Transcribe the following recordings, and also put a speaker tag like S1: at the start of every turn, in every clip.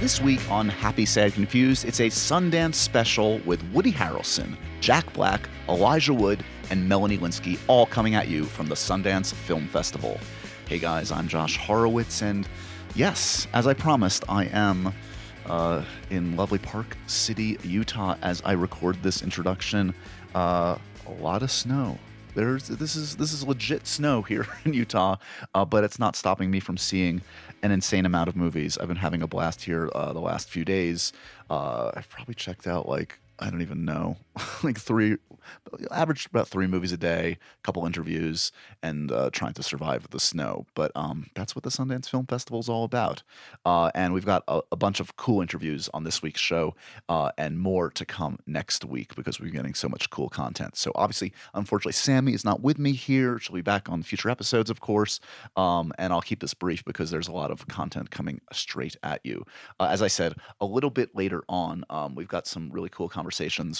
S1: This week on Happy Sad Confused, it's a Sundance special with Woody Harrelson, Jack Black, Elijah Wood, and Melanie Linsky all coming at you from the Sundance Film Festival. Hey guys, I'm Josh Horowitz, and yes, as I promised, I am uh, in lovely Park City, Utah, as I record this introduction. Uh, a lot of snow. There's this is this is legit snow here in Utah, uh, but it's not stopping me from seeing an insane amount of movies. I've been having a blast here uh, the last few days. Uh, I've probably checked out like I don't even know, like three, average about three movies a day, a couple interviews, and uh, trying to survive the snow. But um, that's what the Sundance Film Festival is all about. Uh, and we've got a, a bunch of cool interviews on this week's show uh, and more to come next week because we're getting so much cool content. So obviously, unfortunately, Sammy is not with me here. She'll be back on future episodes, of course. Um, and I'll keep this brief because there's a lot of content coming straight at you. Uh, as I said, a little bit later on, um, we've got some really cool conversations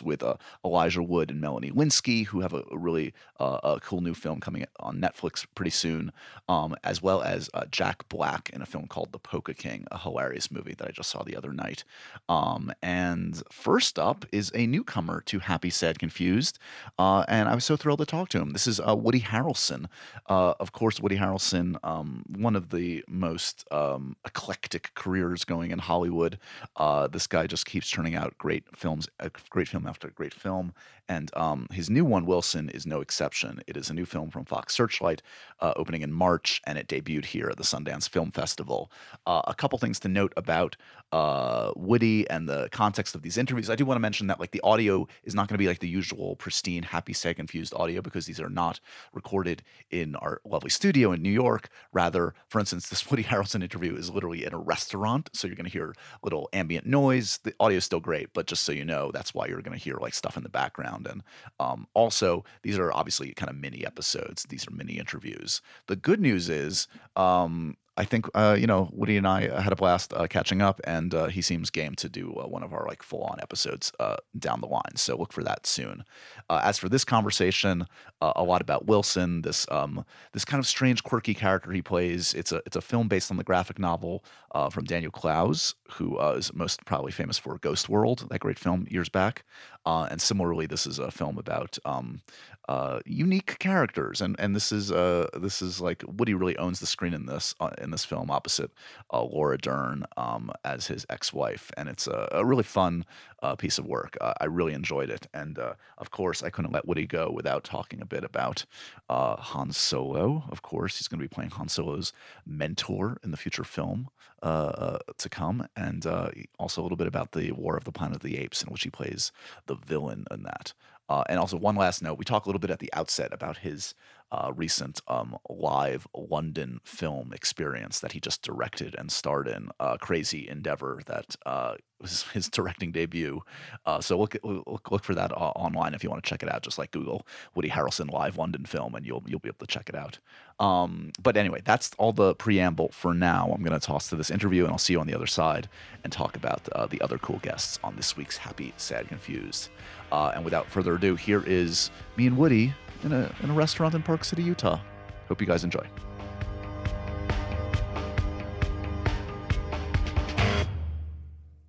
S1: with uh, Elijah Wood and Melanie Linsky, who have a, a really uh, a cool new film coming on Netflix pretty soon, um, as well as uh, Jack Black in a film called The Polka King, a hilarious movie that I just saw the other night. Um, and first up is a newcomer to Happy, Sad, Confused. Uh, and I was so thrilled to talk to him. This is uh, Woody Harrelson. Uh, of course, Woody Harrelson, um, one of the most um, eclectic careers going in Hollywood. Uh, this guy just keeps turning out great films, uh, great film after great film. And um, his new one, Wilson, is no exception. It is a new film from Fox Searchlight, uh, opening in March, and it debuted here at the Sundance Film Festival. Uh, a couple things to note about uh, Woody and the context of these interviews. I do want to mention that like the audio is not going to be like the usual pristine, happy, sad, confused audio because these are not recorded in our lovely studio in New York. Rather, for instance, this Woody Harrelson interview is literally in a restaurant, so you're going to hear little ambient noise. The audio is still great, but just so you know, that's why you're going to hear like stuff in the background. And um, also, these are obviously kind of mini episodes. These are mini interviews. The good news is. Um, I think uh, you know Woody and I uh, had a blast uh, catching up, and uh, he seems game to do uh, one of our like full on episodes uh, down the line. So look for that soon. Uh, as for this conversation, uh, a lot about Wilson, this um, this kind of strange, quirky character he plays. It's a it's a film based on the graphic novel uh, from Daniel Klaus, who uh, is most probably famous for Ghost World, that great film years back. Uh, and similarly, this is a film about um, uh, unique characters, and and this is uh, this is like Woody really owns the screen in this uh, in this film opposite uh, Laura Dern um, as his ex-wife, and it's a, a really fun uh, piece of work. Uh, I really enjoyed it, and uh, of course, I couldn't let Woody go without talking a bit about uh, Han Solo. Of course, he's going to be playing Han Solo's mentor in the future film uh, uh, to come, and uh, also a little bit about the War of the Planet of the Apes, in which he plays the villain in that. Uh, and also, one last note: we talk a little bit at the outset about his uh, recent um, live London film experience that he just directed and starred in, uh, Crazy Endeavor, that uh, was his directing debut. Uh, so look, look look for that uh, online if you want to check it out. Just like Google Woody Harrelson live London film, and you'll you'll be able to check it out. Um, but anyway, that's all the preamble for now. I'm going to toss to this interview, and I'll see you on the other side and talk about uh, the other cool guests on this week's Happy, Sad, Confused. Uh, and without further ado, here is me and Woody in a in a restaurant in Park City, Utah. Hope you guys enjoy.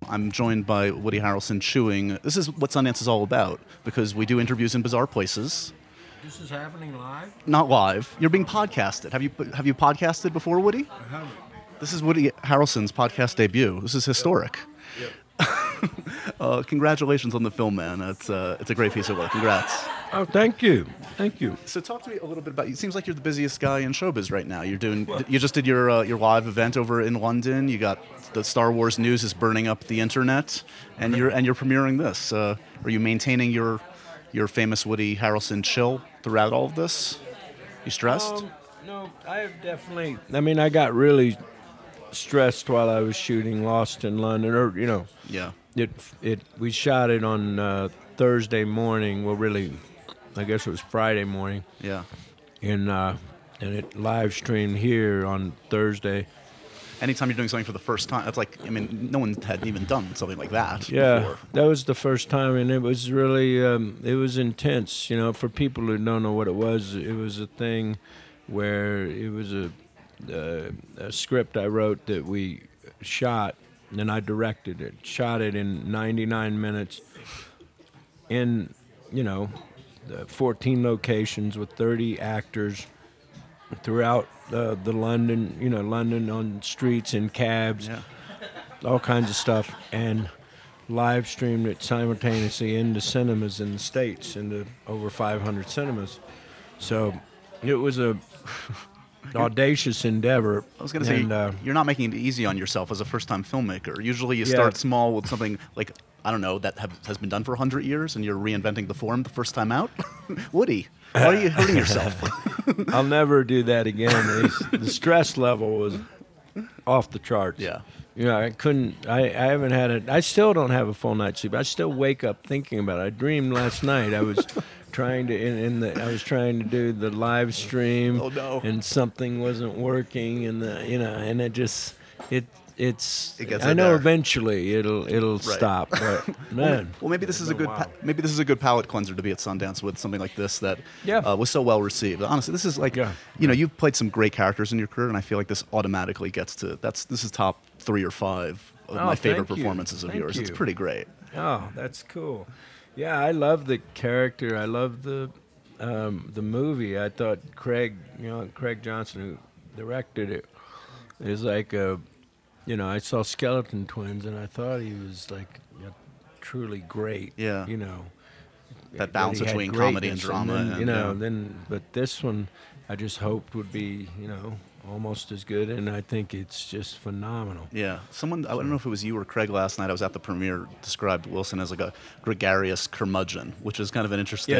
S1: I'm joined by Woody Harrelson chewing. This is what Sundance is all about because we do interviews in bizarre places.
S2: This is happening live?
S1: Not live. You're being podcasted. Have you have you podcasted before, Woody?
S2: I haven't.
S1: This is Woody Harrelson's podcast debut. This is historic. uh, congratulations on the film, man. It's uh, it's a great piece of work. Congrats.
S2: Oh, thank you. Thank you.
S1: So talk to me a little bit about. It seems like you're the busiest guy in showbiz right now. You're doing. You just did your uh, your live event over in London. You got the Star Wars news is burning up the internet, and you're and you're premiering this. Uh, are you maintaining your your famous Woody Harrelson chill throughout all of this? You stressed?
S2: Um, no, I have definitely. I mean, I got really stressed while I was shooting Lost in London, or you know,
S1: yeah.
S2: it it we shot it on uh, Thursday morning. Well, really, I guess it was Friday morning,
S1: Yeah.
S2: and uh, and it live streamed here on Thursday.
S1: Anytime you're doing something for the first time, that's like, I mean, no one had even done something like that
S2: Yeah,
S1: before.
S2: that was the first time, and it was really um, it was intense. You know, for people who don't know what it was, it was a thing where it was a uh, a script I wrote that we shot, and I directed it. Shot it in 99 minutes, in you know, the 14 locations with 30 actors throughout uh, the London, you know, London on streets and cabs
S1: Yeah.
S2: all kinds of stuff and live streamed it simultaneously into cinemas in the states into over 500 cinemas so it was a audacious endeavor
S1: I was going to say,
S2: and, uh,
S1: you're not making it easy on yourself as a first time filmmaker. Usually you
S2: Yeah.
S1: start small with something like, I don't know, that have, has been done for 100 years and you're reinventing the form the first time out. Woody, why are you hurting yourself?
S2: i'll never do that again It's- the stress level was off the charts
S1: Yeah.
S2: you know, I couldn't. I, I haven't had it. I still don't have a full night's sleep. I still wake up thinking about it. I dreamed last night. I was trying to in, in the. I was trying to do the live stream.
S1: Oh, no.
S2: And something wasn't working, and the you know, and it just it it's.
S1: It gets
S2: I
S1: in
S2: know
S1: there.
S2: eventually it'll it'll stop, but man.
S1: Well, maybe this is a good pa- maybe this is a good palate cleanser to be at Sundance with something like this that
S2: Yeah.
S1: uh, was so well received. Honestly, this is like
S2: Yeah.
S1: you know you've played some great characters in your career, and I feel like this automatically gets to that's this is top three or five of
S2: Oh,
S1: my favorite
S2: thank you.
S1: performances of
S2: Thank
S1: yours. It's
S2: you.
S1: pretty great.
S2: Oh, that's cool. Yeah, I love the character. I love the um, the movie. I thought Craig, you know, Craig Johnson, who directed it, is like a, you know, I saw Skeleton Twins and I thought he was like a truly great.
S1: Yeah.
S2: You know,
S1: That balance
S2: that he had
S1: between comedy and
S2: greatness,
S1: drama,
S2: then,
S1: and,
S2: you know,
S1: yeah.
S2: then but this one, I just hoped would be you know almost as good, and I think it's just phenomenal.
S1: Yeah, someone I don't know if it was you or Craig last night. I was at the premiere. Described Wilson as like a gregarious curmudgeon, which is kind of an interesting.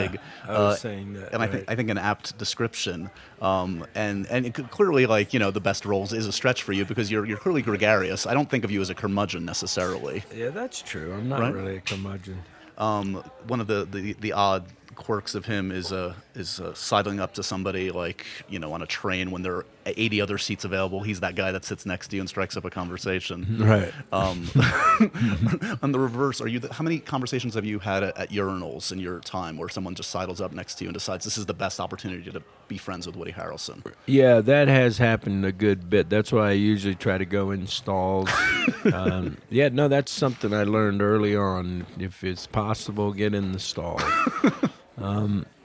S1: uh,
S2: I was saying that,
S1: and I think
S2: right.
S1: I think an apt description. Um, and and it could clearly, like you know, the best roles is a stretch for you because you're you're clearly gregarious. I don't think of you as a curmudgeon necessarily.
S2: Yeah, that's true. I'm not
S1: Right?
S2: really a curmudgeon.
S1: Um, one of the, the the odd quirks of him is uh is uh, sidling up to somebody like you know on a train when there are 80 other seats available. He's that guy that sits next to you and strikes up a conversation.
S2: Right.
S1: Um, on the reverse, are you? The, how many conversations have you had at, at urinals in your time where someone just sidles up next to you and decides this is the best opportunity to be friends with Woody Harrelson?
S2: Yeah, that has happened a good bit. That's why I usually try to go in stalls. um, yeah, no, that's something I learned early on. If it's possible, get in the stall. um,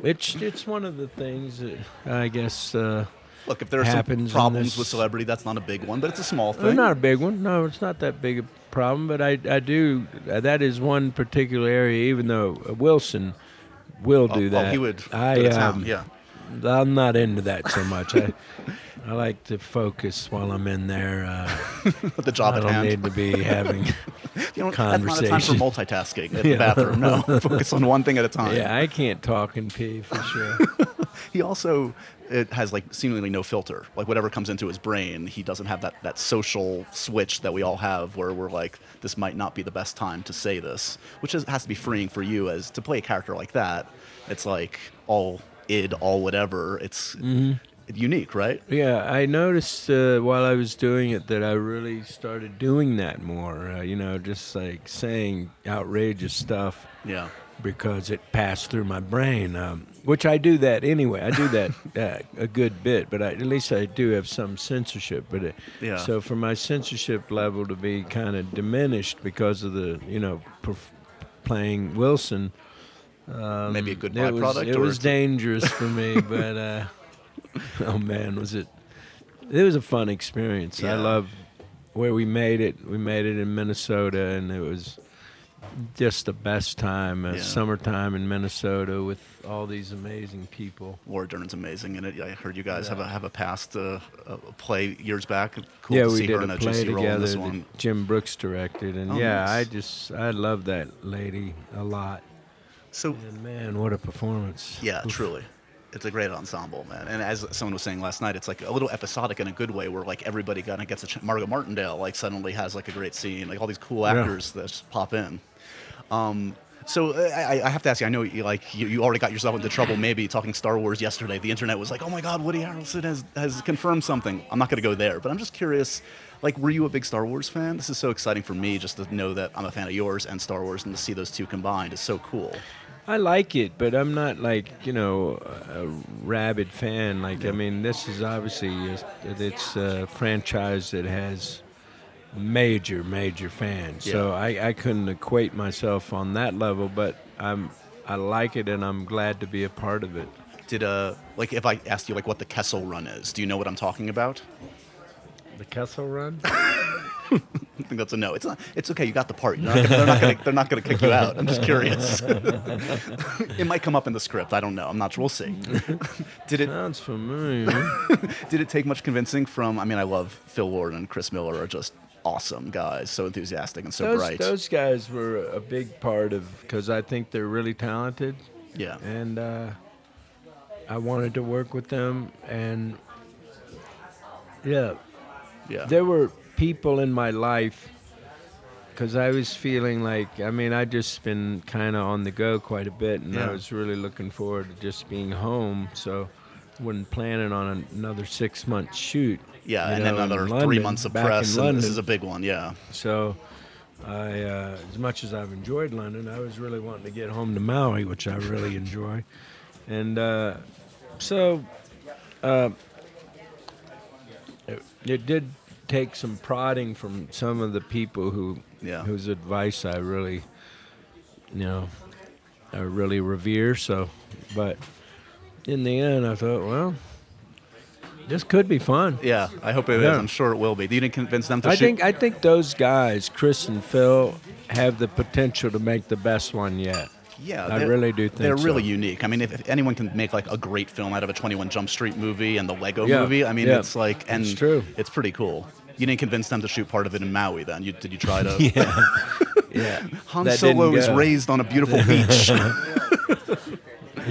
S2: it's it's one of the things that I guess. Uh,
S1: Look, if there are some
S2: Happens in
S1: problems
S2: this-
S1: with celebrity, that's not a big one, but it's a small
S2: well,
S1: thing.
S2: not a big one. No, it's not that big a problem. But I I do uh, that is one particular area. Even though uh, Wilson will
S1: Oh,
S2: do
S1: oh,
S2: that.
S1: he would
S2: I
S1: go to
S2: um,
S1: town. Yeah.
S2: I'm not into that so much. I, I like to focus while I'm in there. Uh,
S1: With the job
S2: I
S1: at
S2: don't
S1: hand.
S2: need to be having.
S1: you don't, that's not a time for
S2: conversation.
S1: multitasking at the bathroom. No, focus on one thing at a time.
S2: yeah, I can't talk and pee for sure.
S1: He also it has like seemingly no filter. Like whatever comes into his brain, he doesn't have that, that social switch that we all have where we're like, this might not be the best time to say this, which is, has to be freeing for you as to play a character like that. It's like all id, all whatever. It's unique, right?
S2: Yeah, I noticed uh, while I was doing it that I really started doing that more. Uh, you know, just like saying outrageous stuff
S1: Yeah.
S2: because it passed through my brain. Um, which I do that anyway. I do that uh, a good bit, but I, at least I do have some censorship. But it,
S1: Yeah.
S2: so for my censorship level to be kind of diminished because of the you know perf- playing Wilson.
S1: Maybe a good
S2: Um, It was,
S1: byproduct.
S2: it
S1: or
S2: was
S1: it's-
S2: dangerous for me, but uh, oh man, was it? It was a fun experience. I
S1: Yeah.
S2: love where we made it. We made it in Minnesota, and it was just the best time. Uh,
S1: Yeah.
S2: Summertime in Minnesota with all these amazing people.
S1: Laura Dern's amazing in it. I heard you guys have a have a past uh, uh, play years back. Cool
S2: yeah,
S1: to
S2: we
S1: see
S2: did
S1: her in
S2: a
S1: a
S2: play
S1: juicy role in
S2: together.
S1: this
S2: that
S1: one.
S2: Jim Brooks directed, and
S1: Oh,
S2: yeah, I
S1: nice.
S2: just I love that lady a lot.
S1: So
S2: And man, what a performance!
S1: Yeah,
S2: Oof.
S1: truly. It's a great ensemble, man. And as someone was saying last night, it's like a little episodic in a good way, where like everybody kind of gets a ch- Margot Martindale like suddenly has like a great scene, like all these cool
S2: Yeah.
S1: actors that just pop in. Um, so uh, I, I have to ask you. I know you like you, you already got yourself into trouble. Maybe talking Star Wars yesterday, the internet was like, "Oh my God, Woody Harrelson has has confirmed something." I'm not going to go there, but I'm just curious. Like, were you a big Star Wars fan? This is so exciting for me just to know that I'm a fan of yours and Star Wars, and to see those two combined is so cool.
S2: I like it, but I'm not like you know a rabid fan. Like I mean, this is obviously a, it's a franchise that has major, major fans. So
S1: Yeah.
S2: I, I couldn't equate myself on that level, but I'm I like it and I'm glad to be a part of it.
S1: Did uh, like if I asked you like what the Kessel Run is, do you know what I'm talking about?
S2: The Kessel Run.
S1: I think that's a no. It's not. It's okay. You got the part. You're not gonna, they're not going. They're not going to kick you out. I'm just curious. it might come up in the script. I don't know. I'm not sure. We'll see. Did it?
S2: Sounds familiar.
S1: Did it take much convincing from? I mean, I love Phil Lord and Chris Miller are just awesome guys, so enthusiastic and so
S2: those,
S1: bright.
S2: those guys were a big part of because I think they're really talented.
S1: Yeah.
S2: And uh, I wanted to work with them, and yeah,
S1: yeah,
S2: there were people in my life because I was feeling like I mean I just been kind of on the go quite a bit, and
S1: Yeah.
S2: I was really looking forward to just being home. So. Wasn't planning on another six month shoot.
S1: yeah,
S2: you
S1: and
S2: know,
S1: then
S2: in
S1: another three
S2: London,
S1: months of
S2: back in
S1: press. And this
S2: London.
S1: is a big one. Yeah,
S2: So, I uh, as much as I've enjoyed London, I was really wanting to get home to Maui, which I really enjoy, and uh, so uh, it, it did take some prodding from some of the people who
S1: Yeah.
S2: whose advice I really, you know, I really revere. So, but in the end, I thought, well, this could be fun.
S1: yeah. I hope it is.
S2: Yeah.
S1: I'm sure it will be. You didn't convince them to
S2: I
S1: shoot.
S2: think I think those guys, Chris and Phil, have the potential to make the best one yet.
S1: Yeah,
S2: I
S1: they're-
S2: really do think
S1: they're really
S2: so.
S1: unique. I mean, if, if anyone can make like a great film out of a Twenty One Jump Street movie and the Lego
S2: Yeah,
S1: movie, I mean,
S2: yeah.
S1: it's like and
S2: It's true.
S1: It's pretty cool. You didn't convince them to shoot part of it in Maui, then? You, did you try to?
S2: Yeah,
S1: Han
S2: That didn't
S1: Solo is
S2: go.
S1: raised on a beautiful beach.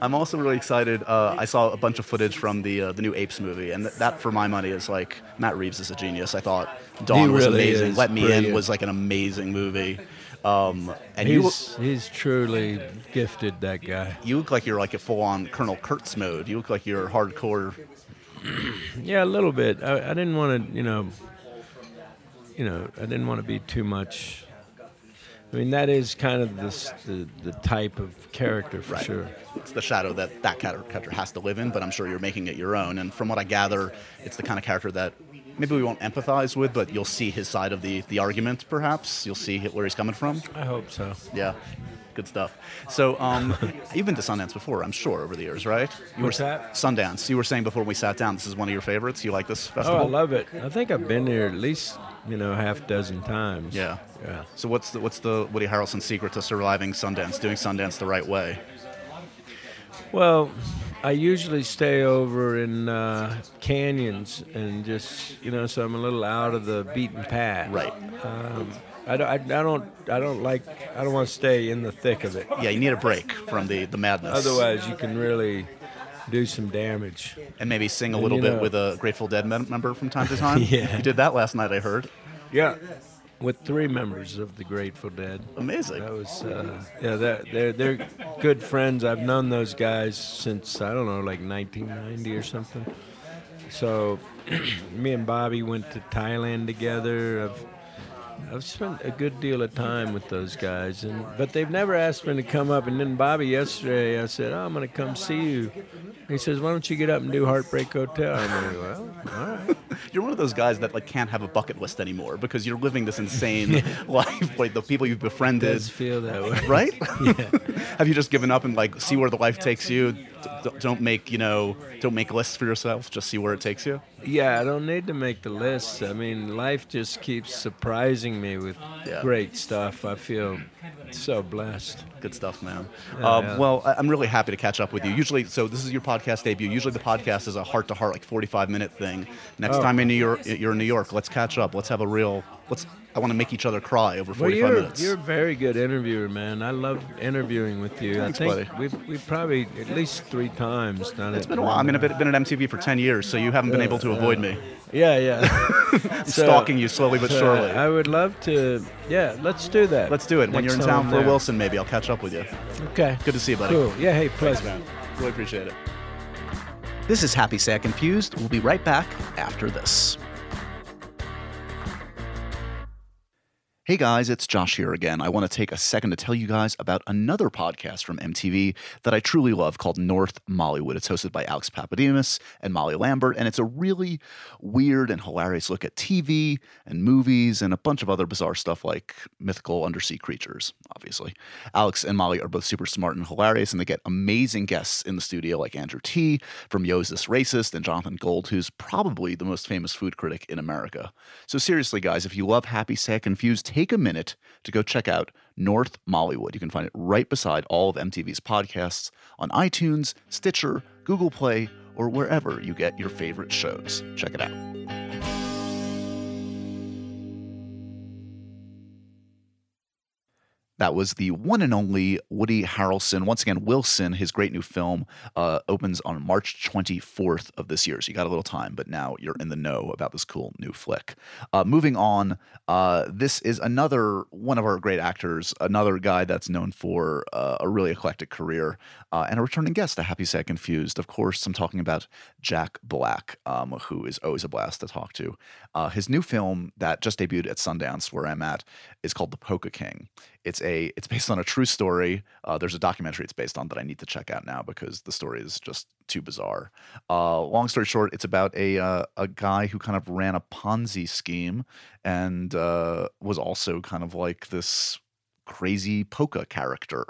S1: I'm also really excited. Uh, I saw a bunch of footage from the uh, the new Apes movie, and th- that, for my money, is like Matt Reeves is a genius. I thought Dawn was
S2: really
S1: amazing.
S2: is
S1: Let Me In
S2: brilliant.
S1: was like an amazing movie. Um, and you
S2: He's he's truly gifted. That guy.
S1: you look like you're like a full-on Colonel Kurtz mode. You look like you're hardcore.
S2: Yeah, a little bit. I, I didn't want to, you know, you know, I didn't want to be too much. I mean, that is kind of the s- the, the type of character for sure.
S1: It's the shadow that that character has to live in, but I'm sure you're making it your own. And from what I gather, it's the kind of character that maybe we won't empathize with, but you'll see his side of the the argument. Perhaps you'll see where he's coming from.
S2: I hope so.
S1: Yeah. Good stuff. So um, you've been to Sundance before, I'm sure, over the years, right? You
S2: What's
S1: were,
S2: that?
S1: Sundance. You were saying before we sat down, this is one of your favorites. You like this
S2: Oh,
S1: festival?
S2: I love it. I think I've been there at least you know half dozen times.
S1: Yeah.
S2: Yeah.
S1: So what's the, what's the Woody Harrelson secret to surviving Sundance, doing Sundance the right way?
S2: Well, I usually stay over in uh, canyons and just you know, so I'm a little out of the beaten path.
S1: Right.
S2: Um, I don't. I, I don't. I don't like. I don't want to stay in the thick of it.
S1: Yeah, you need a break from the, the madness.
S2: Otherwise, you can really do some damage.
S1: And maybe sing a
S2: And
S1: little
S2: you
S1: bit
S2: know-
S1: with a Grateful Dead mem- member from time to time.
S2: Yeah.
S1: You did that last night, I heard.
S2: Yeah. With three members of the Grateful Dead.
S1: Amazing.
S2: That was. Uh, yeah. They're, they're they're good friends. I've known those guys since I don't know, like 1990 or something. So, me and Bobby went to Thailand together. I've I've spent a good deal of time with those guys, and but they've never asked me to come up. And then Bobby yesterday, I said, "Oh, I'm going to come see you." He says, "Why don't you get up and do Heartbreak Hotel?" I'm like, "Well, all right."
S1: You're one of those guys that like can't have a bucket list anymore because you're living this insane life. Like the people you've
S2: It
S1: befriended,
S2: does feel that way.
S1: right? have you just given up and like see where the life takes you? D- d- don't make you know, don't make lists for yourself. Just see where it takes you.
S2: Yeah, I don't need to make the list. I mean, life just keeps surprising me with
S1: Yeah.
S2: great stuff. I feel so blessed.
S1: Good stuff, man.
S2: Yeah,
S1: um,
S2: yeah.
S1: Well, I- I'm really happy to catch up with you. Usually, so this is your podcast debut. Usually, the podcast is a heart to heart, like 45 minute thing. Next
S2: Oh.
S1: time in New York, you're in New York. Let's catch up. Let's have a real let's. I want to make each other cry over
S2: Well,
S1: 45
S2: you're,
S1: minutes.
S2: you're a very good interviewer, man. I love interviewing with you.
S1: Thanks,
S2: I think
S1: buddy.
S2: we've, we've probably at least three times done it.
S1: it's been a while. I mean, I've been been at MTV for 10 years, so you haven't been able to avoid me.
S2: Yeah, yeah.
S1: I'm stalking you slowly but
S2: So, uh,
S1: surely.
S2: I would love to. Yeah, let's do that.
S1: Let's do it. When
S2: next
S1: you're in
S2: time
S1: town
S2: I'm
S1: for
S2: there.
S1: Wilson, maybe I'll catch up with you.
S2: Okay.
S1: Good to see you, buddy.
S2: Cool. Yeah. Hey, pleasure.
S1: Really appreciate it. This is Happy Sack Confused. We'll be right back after this. Hey guys, it's Josh here again. I want to take a second to tell you guys about another podcast from MTV that I truly love called North Mollywood. It's hosted by Alex Papademos and Molly Lambert, and it's a really weird and hilarious look at TV and movies and a bunch of other bizarre stuff like mythical undersea creatures, obviously. Alex and Molly are both super smart and hilarious, and they get amazing guests in the studio like Andrew T from Yo's This Racist and Jonathan Gold, who's probably the most famous food critic in America. So seriously, guys, if you love Happy Sad Confused, take a minute to go check out North Mollywood. You can find it right beside all of MTV's podcasts on iTunes, Stitcher, Google Play, or wherever you get your favorite shows. Check it out. That was the one and only Woody Harrelson. Once again, Wilson, his great new film, uh, opens on March 24th of this year. So you got a little time, but now you're in the know about this cool new flick. Uh, moving on, uh, this is another one of our great actors, another guy that's known for uh, a really eclectic career, uh, and a returning guest, a happy set confused. Of course, I'm talking about Jack Black, um, who is always a blast to talk to. Uh, his new film that just debuted at Sundance, where I'm at, is called The Polka King. It's a it's based on a true story. Uh, there's a documentary it's based on that I need to check out now because the story is just too bizarre. Uh, long story short, it's about a uh, a guy who kind of ran a Ponzi scheme and uh, was also kind of like this crazy polka character.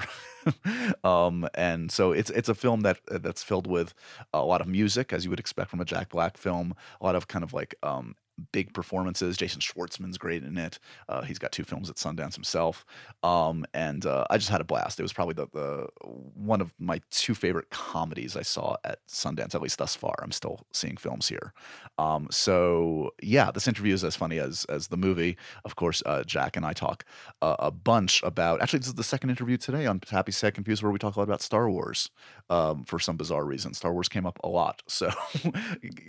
S1: um, and so it's it's a film that that's filled with a lot of music, as you would expect from a Jack Black film. A lot of kind of like um, big performances. Jason Schwartzman's great in it. Uh, he's got two films at Sundance himself. Um, and uh, I just had a blast. It was probably the, the one of my two favorite comedies I saw at Sundance, at least thus far. I'm still seeing films here. Um, so yeah, this interview is as funny as as the movie. Of course, uh, Jack and I talk uh, a bunch about. Actually, this is the second interview today on Happy Sad Confused where we talk a lot about Star Wars. Um, for some bizarre reason, Star Wars came up a lot. So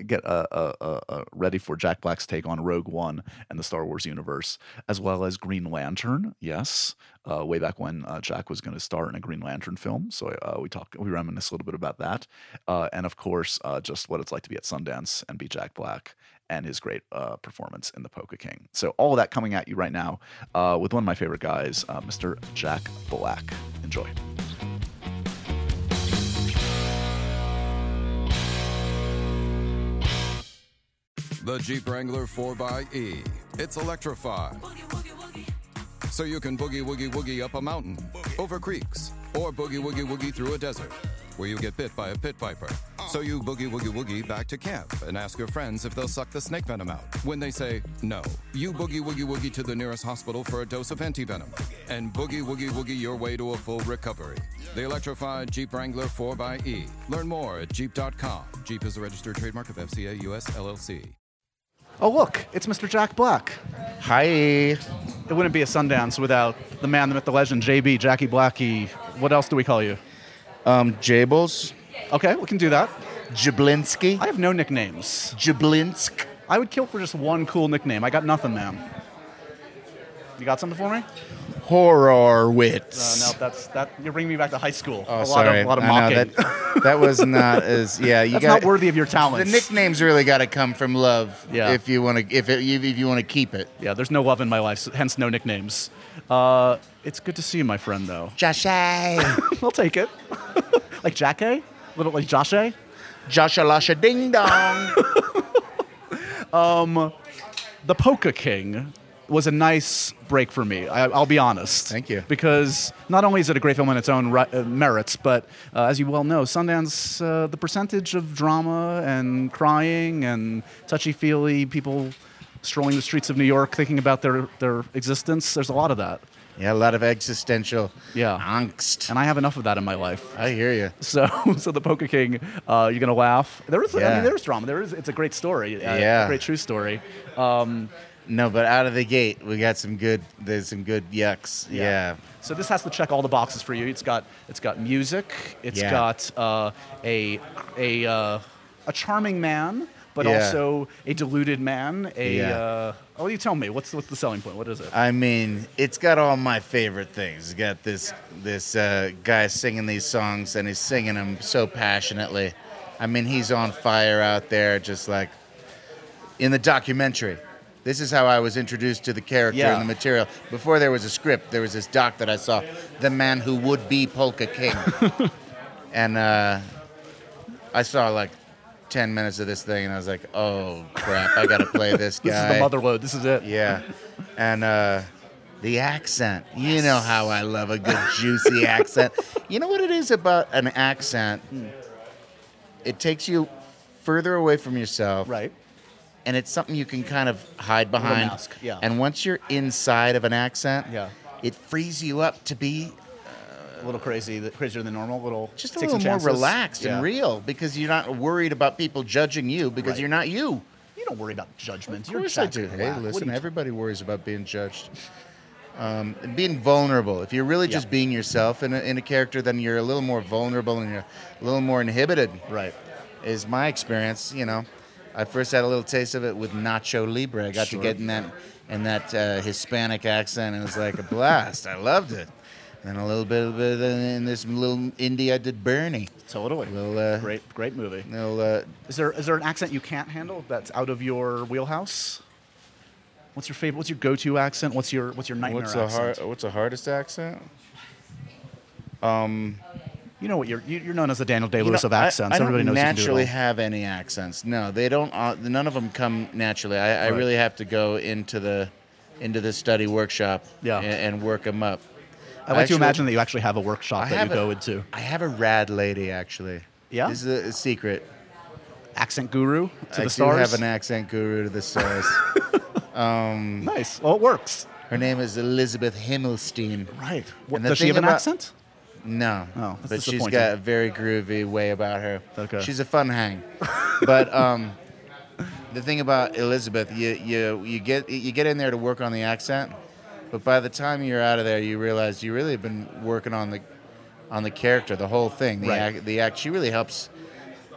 S1: get uh, uh, uh, uh, ready for Jack Black's take on Rogue One and the Star Wars universe, as well as Green Lantern. Yes, uh, way back when uh, Jack was going to star in a Green Lantern film. So uh, we talk, we reminisce a little bit about that, uh, and of course, uh, just what it's like to be at Sundance and be Jack Black and his great uh, performance in The Poker King. So all of that coming at you right now uh, with one of my favorite guys, uh, Mr. Jack Black. Enjoy.
S3: The Jeep Wrangler 4xE. It's electrified. So you can boogie woogie woogie up a mountain, over creeks, or boogie woogie woogie through a desert, where you get bit by a pit viper. So you boogie woogie woogie back to camp and ask your friends if they'll suck the snake venom out. When they say no, you boogie woogie woogie to the nearest hospital for a dose of antivenom, and boogie woogie woogie your way to a full recovery. The electrified Jeep Wrangler 4xE. Learn more at jeep.com. Jeep is a registered trademark of FCA US LLC.
S1: Oh look, it's Mr. Jack Black. Hi. It wouldn't be a Sundance without the man, the myth, the legend, JB, Jackie Blackie. What else do we call you?
S4: Um, Jables,
S1: Okay, we can do that.
S4: Jablinski,
S1: I have no nicknames.
S4: Jablinsk.
S1: I would kill for just one cool nickname. I got nothing, man. You got something for me?
S4: Horror
S1: Uh,
S4: wits.
S1: no, that's that. You're bringing me back to high school. a
S4: Oh,
S1: lot
S4: sorry.
S1: of a lot of
S4: I know,
S1: mocking.
S4: that, that was not as yeah. You
S1: that's
S4: got
S1: not worthy of your
S4: The
S1: talents.
S4: nicknames really got to come from love.
S1: Yeah.
S4: If you want to, if it, if you want to keep it,
S1: yeah, there's no love in my life, so- hence no nicknames. Uh, it's good to see you, my friend, though.
S4: Joshay,
S1: I'll take it. like Jack A? Little like Josh A?
S4: Josha Lasha Ding Dong.
S1: The Polka King was a nice break for me. I, I'll be honest.
S4: Thank you.
S1: Because not only is it a great film in its own ri- uh, merits, but uh, as you well know, Sundance, uh, the percentage of drama and crying and touchy feely people strolling the streets of New York thinking about their, their existence, there's a lot of that.
S4: yeah, a lot of existential
S1: Yeah.
S4: angst.
S1: And I have enough of that in my life.
S4: I hear you.
S1: So, so the Poker King, uh, you're gonna laugh. There is, I
S4: Yeah.
S1: mean, there's drama. There is, it's a great story. uh,
S4: Yeah.
S1: a great true story. Um,
S4: No, but out of the gate, we got some good. There's some good yucks. Yeah.
S1: So this has to check all the boxes for you. It's got it's got music. It's
S4: Yeah.
S1: got uh, a a uh, a charming man, but
S4: Yeah.
S1: also a deluded man. A
S4: Yeah. Uh,
S1: uh, oh, you tell me what's what's the selling point? What is it?
S4: I mean, it's got all my favorite things. It's got this this uh, guy singing these songs, and he's singing them so passionately. I mean, he's on fire out there, just like in the documentary. This is how I was introduced to the character
S1: Yeah.
S4: and the material. Before there was a script, there was this doc that I saw, "The Man Who Would Be Polka King," and uh, I saw like ten minutes of this thing, and I was like, "Oh crap, I gotta play this guy."
S1: This is the mother load. This is it.
S4: Yeah. And uh, the accent. You know how I love a good juicy accent. You know what it is about an accent?
S1: Hmm.
S4: It takes you further away from yourself.
S1: Right.
S4: And it's something you can kind of hide behind.
S1: mask, yeah.
S4: And once you're inside of an accent,
S1: Yeah.
S4: it frees you up to be
S1: A little crazy, th- crazier than normal. A little
S4: just a
S1: take
S4: little
S1: some
S4: more
S1: chances.
S4: relaxed
S1: Yeah.
S4: and real because you're not worried about people judging you because
S1: Right.
S4: you're not you.
S1: You don't worry about judgment.
S4: Of
S1: You're
S4: course I
S1: Jack
S4: do.
S1: Black.
S4: Hey,
S1: What
S4: listen,
S1: are you
S4: everybody worries about being judged. Um, and being vulnerable. If you're really
S1: Yeah.
S4: just being yourself in a, in a character, then you're a little more vulnerable and you're a little more inhibited.
S1: Right.
S4: Is my experience. You know, I first had a little taste of it with Nacho Libre. I got
S1: Sure.
S4: to get in that in that uh, Hispanic accent. and It was like a blast. I loved it. And a little bit, of it in this little indie, I did Bernie.
S1: Totally.
S4: Little, uh,
S1: great, great movie.
S4: Little, uh,
S1: Is there is there an accent you can't handle that's out of your wheelhouse? What's your favorite? What's your go-to accent? What's your what's your nightmare
S4: what's the
S1: accent?
S4: hard, what's the hardest accent?
S1: You know what you're you- you're known as the Daniel Day
S4: You
S1: Lewis
S4: know,
S1: of accents.
S4: I, I don't
S1: Everybody knows
S4: naturally
S1: you can do it all.
S4: have any accents. No, they don't. Uh, none of them come naturally. I, I really have to go into the into the study workshop
S1: Yeah.
S4: a- and, work them up.
S1: I like
S4: actually-
S1: to imagine that you actually have a workshop that you
S4: a-
S1: go into.
S4: I have a rad lady actually.
S1: Yeah?
S4: this is a, a secret.
S1: Accent guru to
S4: I
S1: the
S4: do
S1: stars.
S4: have an accent guru to the stars.
S1: nice. Well, it works.
S4: Her name is Elizabeth Himmelstein.
S1: Right. What,
S4: And the
S1: does she
S4: thing
S1: have an
S4: about-
S1: accent?
S4: No.
S1: Oh, that's
S4: but she's
S1: disappointing.
S4: got a very groovy way about her.
S1: Okay.
S4: She's a fun hang. but um, the thing about Elizabeth, you, you you get you get in there to work on the accent, but by the time you're out of there, you realize you really have been working on the on the character, the whole thing, the
S1: Right.
S4: act, the act. She really helps.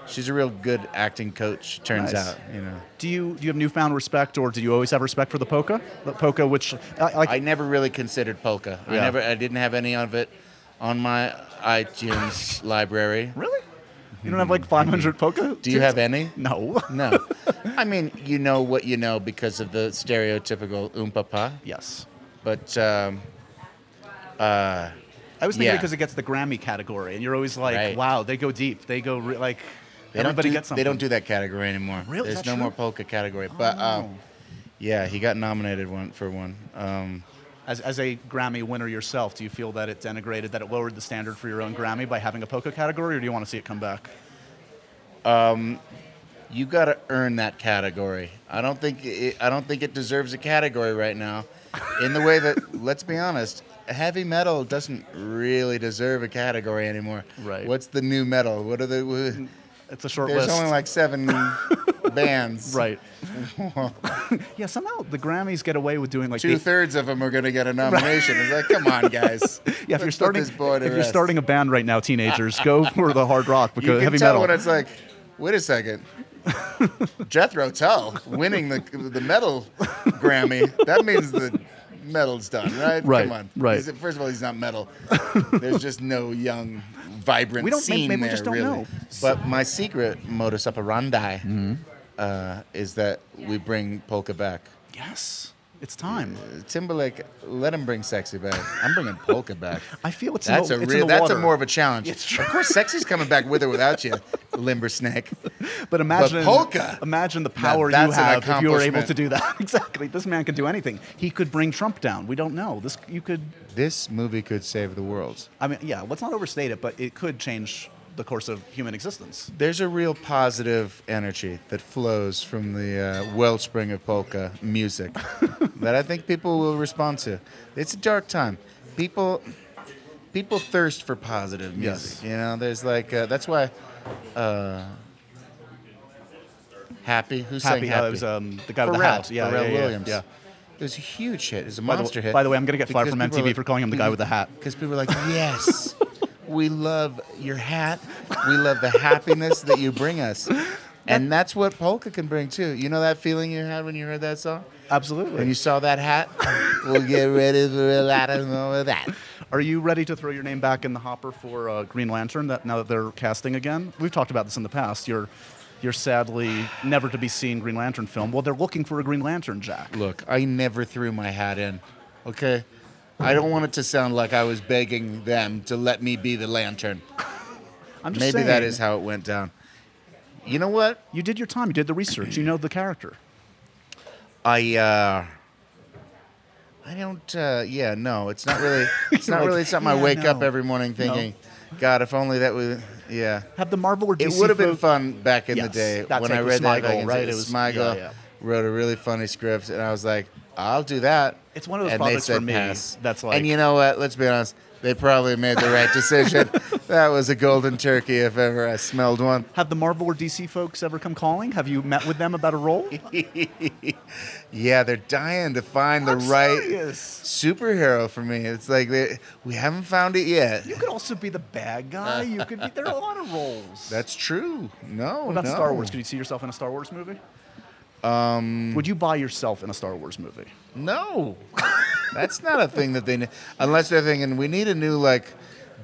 S4: She's a real good acting coach. Turns
S1: Nice.
S4: out, you know.
S1: Do you do you have newfound respect, or do you always have respect for the polka? The polka, which I, like,
S4: I never really considered polka. I
S1: Yeah.
S4: never. I didn't have any of it on my iTunes library.
S1: really, you don't have like 500 polka.
S4: Mm-hmm. Do you have any?
S1: No.
S4: No. I mean, you know what you know because of the stereotypical oompapa,
S1: yes.
S4: but um,
S1: I was thinking
S4: Yeah.
S1: because it gets the Grammy category, and you're always like,
S4: Right.
S1: "Wow, they go deep. They go re- like
S4: they
S1: everybody
S4: don't do,
S1: gets something."
S4: They don't do that category anymore.
S1: Really? Is
S4: There's
S1: that
S4: no
S1: true? Oh,
S4: more polka category. but
S1: no.
S4: um, yeah, he got nominated one for one. Um,
S1: As, as a Grammy winner yourself, do you feel that it denigrated, that it lowered the standard for your own Grammy by having a polka category, or do you want to see it come back?
S4: you got to earn that category. I don't think it, I don't think it deserves a category right now, in the way that let's be honest, heavy metal doesn't really deserve a category anymore.
S1: Right.
S4: What's the new metal? What are the? wh-
S1: It's a short
S4: There's
S1: list.
S4: only like seven bands.
S1: right. yeah, somehow the Grammys get away with doing like
S4: Two
S1: the-
S4: thirds of them are going to get a nomination. It's like, come on, guys.
S1: yeah, if you're
S4: Let's put
S1: starting
S4: this boy to
S1: if you're
S4: rest.
S1: starting a band right now, teenagers, go for the hard rock
S4: you
S1: because
S4: can
S1: heavy
S4: tell
S1: metal.
S4: when it's like, wait a second. Jethro Tull winning the the metal Grammy. That means the metal's done, right?
S1: Right,
S4: Come on.
S1: right.
S4: He's- first of all, he's not metal. There's just no young, vibrant
S1: We don't-
S4: scene
S1: maybe we
S4: there,
S1: just don't
S4: really.
S1: know. Mm-hmm.
S4: But my secret modus operandi uh, is that we bring polka back.
S1: yes, it's time.
S4: Timberlake, let him bring sexy back. I'm bringing polka back.
S1: I feel it's in
S4: That's
S1: the,
S4: a
S1: it's in
S4: real.
S1: the
S4: That's a
S1: water.
S4: more of a challenge.
S1: It's true.
S4: Of course, sexy's coming back with or without you, limber snake.
S1: But imagine
S4: polka.
S1: Imagine the power you
S4: that's an
S1: have if you were able
S4: accomplishment.
S1: to do that. exactly. This man could do anything. He could bring Trump down. We don't know. This you could.
S4: This movie could save the world.
S1: I mean, yeah. Let's not overstate it, but it could change the course of human existence.
S4: There's a real positive energy that flows from the uh, wellspring of polka music that I think people will respond to. It's a dark time. People, people thirst for positive music.
S1: Yes.
S4: You know, there's like uh, that's why. Uh, Happy? Who sang
S1: Happy.
S4: Happy?
S1: Uh, it was um, the guy
S4: Pharrell,
S1: with the hat. Yeah,
S4: Pharrell
S1: yeah, yeah, yeah,
S4: Williams.
S1: yeah.
S4: It was a huge hit. It was a
S1: the-
S4: monster hit.
S1: by the way, I'm gonna get fired from MTV for calling him the guy with the hat.
S4: Because people were like, yes, we love your hat. We love the happiness that you bring us. And that's what polka can bring too. You know that feeling you had when you heard that song? When
S1: Absolutely.
S4: you saw that hat? we'll get ready for a lot of more of that.
S1: Are you ready to throw your name back in the hopper for uh, Green Lantern? That now that they're casting again, we've talked about this in the past. You're, you're sadly never to be seen Green Lantern film. Well, they're looking for a Green Lantern, Jack.
S4: Look, I never threw my hat in. Okay? I don't want it to sound like I was begging them to let me be the lantern.
S1: I'm just
S4: Maybe
S1: saying,
S4: that is how it went down. You know what?
S1: you did your time. You did the research. You know the character.
S4: I uh I don't uh yeah, no, it's not really it's not
S1: Like,
S4: really something I
S1: yeah,
S4: wake up
S1: no.
S4: every morning thinking, God, if only that was yeah.
S1: Have the Marvel or
S4: It
S1: DC
S4: would have been
S1: folk-
S4: fun back in
S1: Yes,
S4: the day
S1: that
S4: when
S1: take
S4: I
S1: with
S4: read that
S1: Smigel,
S4: back in the
S1: right?
S4: day.
S1: It was-
S4: Smigel
S1: yeah, yeah.
S4: wrote a really funny script and I was like, I'll do that.
S1: It's one of those
S4: and they
S1: projects for
S4: said
S1: me
S4: pass.
S1: that's like-
S4: And you know what? Let's be honest. They probably made the right decision. that was a golden turkey if ever I smelled one.
S1: Have the Marvel or DC folks ever come calling? Have you met with them about a role?
S4: Yeah, they're dying to find the
S1: I'm
S4: right
S1: serious.
S4: superhero for me. It's like they, we haven't found it yet.
S1: You could also be the bad guy. You could be. There are a lot of roles.
S4: That's true. No,
S1: What about
S4: no.
S1: Star Wars? Could you see yourself in a Star Wars movie? Um, Would you buy yourself in a Star Wars movie?
S4: No, that's not a thing that they need. Unless they're thinking we need a new like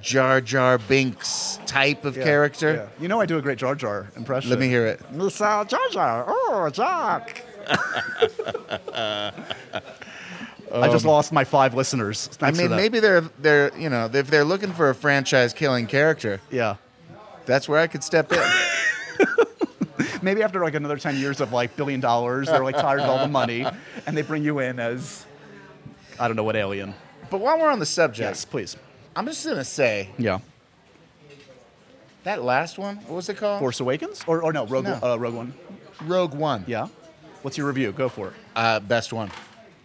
S4: Jar Jar Binks type of character.
S1: You know I do a great Jar Jar impression.
S4: Let me hear it.
S1: Miss uh, Jar Jar. Oh, Jack. I just lost my five listeners.
S4: Um, I
S1: Thanks for
S4: mean,
S1: that.
S4: maybe they're they're you know if they're looking for a franchise killing character,
S1: Yeah.
S4: that's where I could step in.
S1: Maybe after like another 10 years of like billion dollars, they're like tired of all the money and they bring you in as, I don't know what alien.
S4: but while we're on the subject,
S1: Yes, please.
S4: I'm just gonna say
S1: Yeah.
S4: that last one. What was it called?
S1: Force Awakens? Or, or no, Rogue,
S4: No.
S1: Uh, Rogue One.
S4: Rogue One.
S1: Yeah. What's your review? Go for it.
S4: Uh, best one.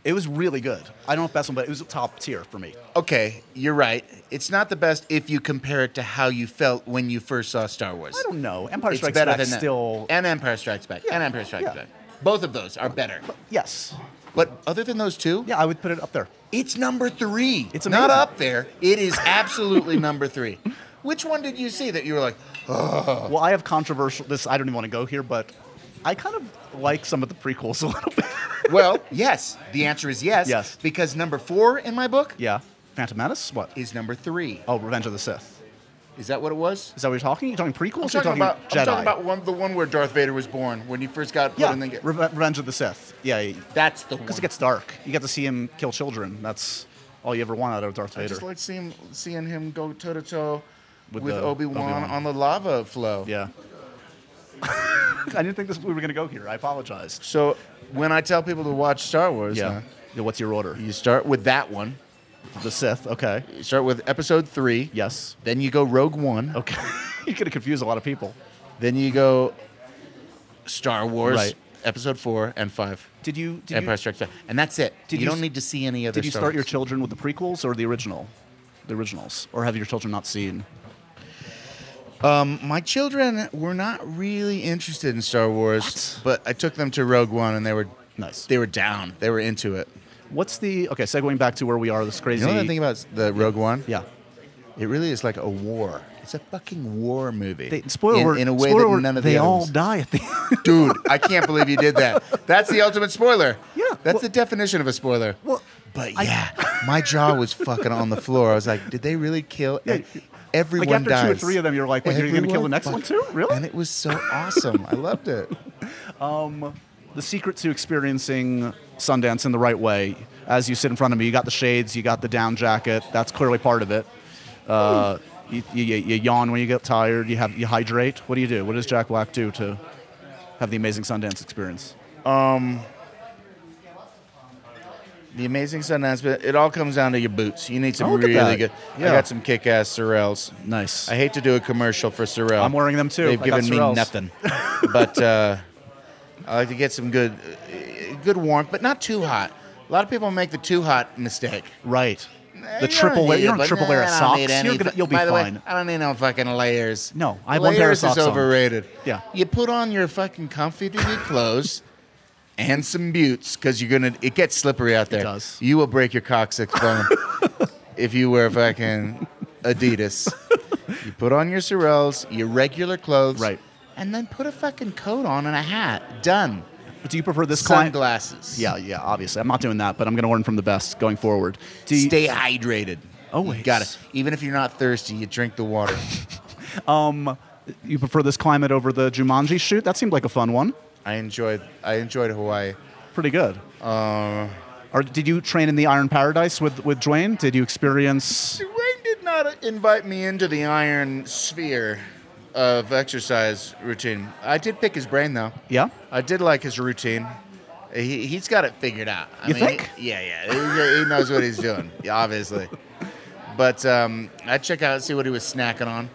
S1: It was really good. I don't know if best one, but it was top tier for me.
S4: okay, you're right. It's not the best if you compare it to how you felt when you first saw Star Wars.
S1: I don't know. Empire
S4: it's
S1: Strikes
S4: better
S1: Back
S4: than that.
S1: still.
S4: and Empire Strikes Back
S1: Yeah,
S4: and Empire Strikes
S1: yeah.
S4: Back. Both of those are better.
S1: yes.
S4: But other than those two,
S1: Yeah, I would put it up there.
S4: it's number three.
S1: It's
S4: not
S1: amazing.
S4: up there. It is absolutely number three. Which one did you see that you were like,
S1: Well, I have controversial. This I don't even want to go here, but I kind of like some of the prequels a little bit.
S4: well, yes. The answer is yes.
S1: Yes.
S4: Because number four in my book
S1: yeah. Phantom Menace. What?
S4: is number three.
S1: Oh, Revenge of the Sith.
S4: Is that what it was?
S1: Is that what you're talking? You're talking prequels?
S4: I'm
S1: you're
S4: talking, about,
S1: Jedi.
S4: I'm talking about one, the one where Darth Vader was born when he first got put
S1: yeah.
S4: in the.
S1: Reve- Revenge of the Sith. Yeah.
S4: That's the one.
S1: Because it gets dark. You get to see him kill children. That's all you ever want out of Darth
S4: I
S1: Vader.
S4: just like seeing seeing him go toe to toe with,
S1: With the
S4: Obi Wan
S1: Obi-Wan.
S4: on the lava flow.
S1: yeah. I didn't think this we were going to go here. I apologize.
S4: So when I tell people to watch Star Wars,
S1: Yeah.
S4: yeah.
S1: Yeah, What's your order?
S4: you start with that one.
S1: The Sith. Okay.
S4: You start with Episode Three.
S1: Yes.
S4: Then you go Rogue One.
S1: Okay. You're gonna confuse a lot of people.
S4: Then you go Star Wars.
S1: Right.
S4: Episode Four and Five.
S1: Did you? Did
S4: Empire
S1: you,
S4: Strikes Back, and that's it.
S1: Did
S4: you
S1: you
S4: don't
S1: s-
S4: need to see any other.
S1: did you
S4: Star
S1: start your
S4: Wars.
S1: children with the prequels or the original? The originals, or have your children not seen?
S4: My children were not really interested in Star Wars, but I took them to Rogue One, and they were
S1: Nice.
S4: They were down. They were into it.
S1: What's the okay? Segueing back to where we are, this crazy.
S4: You know the thing about the Rogue One?
S1: yeah.
S4: It really is like a war. It's a fucking war movie.
S1: They, spoiler
S4: in,
S1: alert,
S4: in a way
S1: spoiler
S4: that
S1: alert,
S4: none of
S1: they
S4: the other
S1: all
S4: ones-
S1: die at the end.
S4: Dude, I can't believe you did that. That's the ultimate spoiler.
S1: Yeah,
S4: That's
S1: well-
S4: the definition of a spoiler.
S1: Well,
S4: but
S1: I-
S4: yeah, my jaw was fucking on the floor. I was like, did they really kill e- everyone?
S1: Like after
S4: dies.
S1: two or three of them, you're like, "Wait, you're gonna kill the
S4: Everyone
S1: next one
S4: fuck-
S1: too? Really?"
S4: And it was so awesome. I loved it.
S1: the secret to experiencing Sundance in the right way, as you sit in front of me, you got the shades, you got the down jacket. That's clearly part of it. Uh, you, you, you yawn when you get tired. You have you hydrate. What do you do? What does Jack Black do to have the amazing Sundance experience?
S4: Um, The Amazing Sundance, but it all comes down to your boots. You need some
S1: Oh, look at
S4: really
S1: that.
S4: good. I
S1: Yeah.
S4: got some kick-ass Sorels.
S1: Nice.
S4: I hate to do a commercial for Sorel.
S1: I'm wearing them too.
S4: They've
S1: I got
S4: given me
S1: Sorels.
S4: nothing, but uh, I like to get some good, uh, good warmth, but not too hot. A lot of people make the too hot mistake.
S1: Right. the triple layer. You don't
S4: but
S1: have triple
S4: nah,
S1: layer
S4: I
S1: of
S4: don't
S1: socks.
S4: need
S1: You're
S4: any-
S1: gonna, you'll be
S4: By the way, uh,
S1: fine.
S4: I don't need no fucking layers.
S1: No, I have one pair of
S4: Layers
S1: socks
S4: is
S1: on.
S4: overrated.
S1: Yeah.
S4: You put on your fucking comfy duty clothes and some boots because you're gonna. It gets slippery out there.
S1: does.
S4: You will break your coccyx bone if you wear fucking Adidas. You put on your Sorels, your regular clothes,
S1: Right.
S4: and then put a fucking coat on and a hat. Done.
S1: But do you prefer this client?
S4: Sunglasses.
S1: Yeah, yeah, obviously. I'm not doing that, but I'm going to learn from the best going forward. Do you- Oh,
S4: Stay hydrated.
S1: Always.
S4: Got it. Even if you're not thirsty, you drink the water.
S1: you prefer this climate over the Jumanji shoot? That seemed like a fun one.
S4: I enjoyed. I enjoyed Hawaii.
S1: Pretty good. Um,
S4: Uh.
S1: or did you train in the Iron Paradise with, with Dwayne? Did you experience?
S4: Dwayne did not invite me into the iron sphere of exercise routine. I did pick his brain though.
S1: Yeah.
S4: I did like his routine. He, he's got it figured out. I
S1: You
S4: mean,
S1: think?
S4: he- yeah, yeah. He, he knows what he's doing, yeah, obviously. But um, I check out, see what he was snacking on.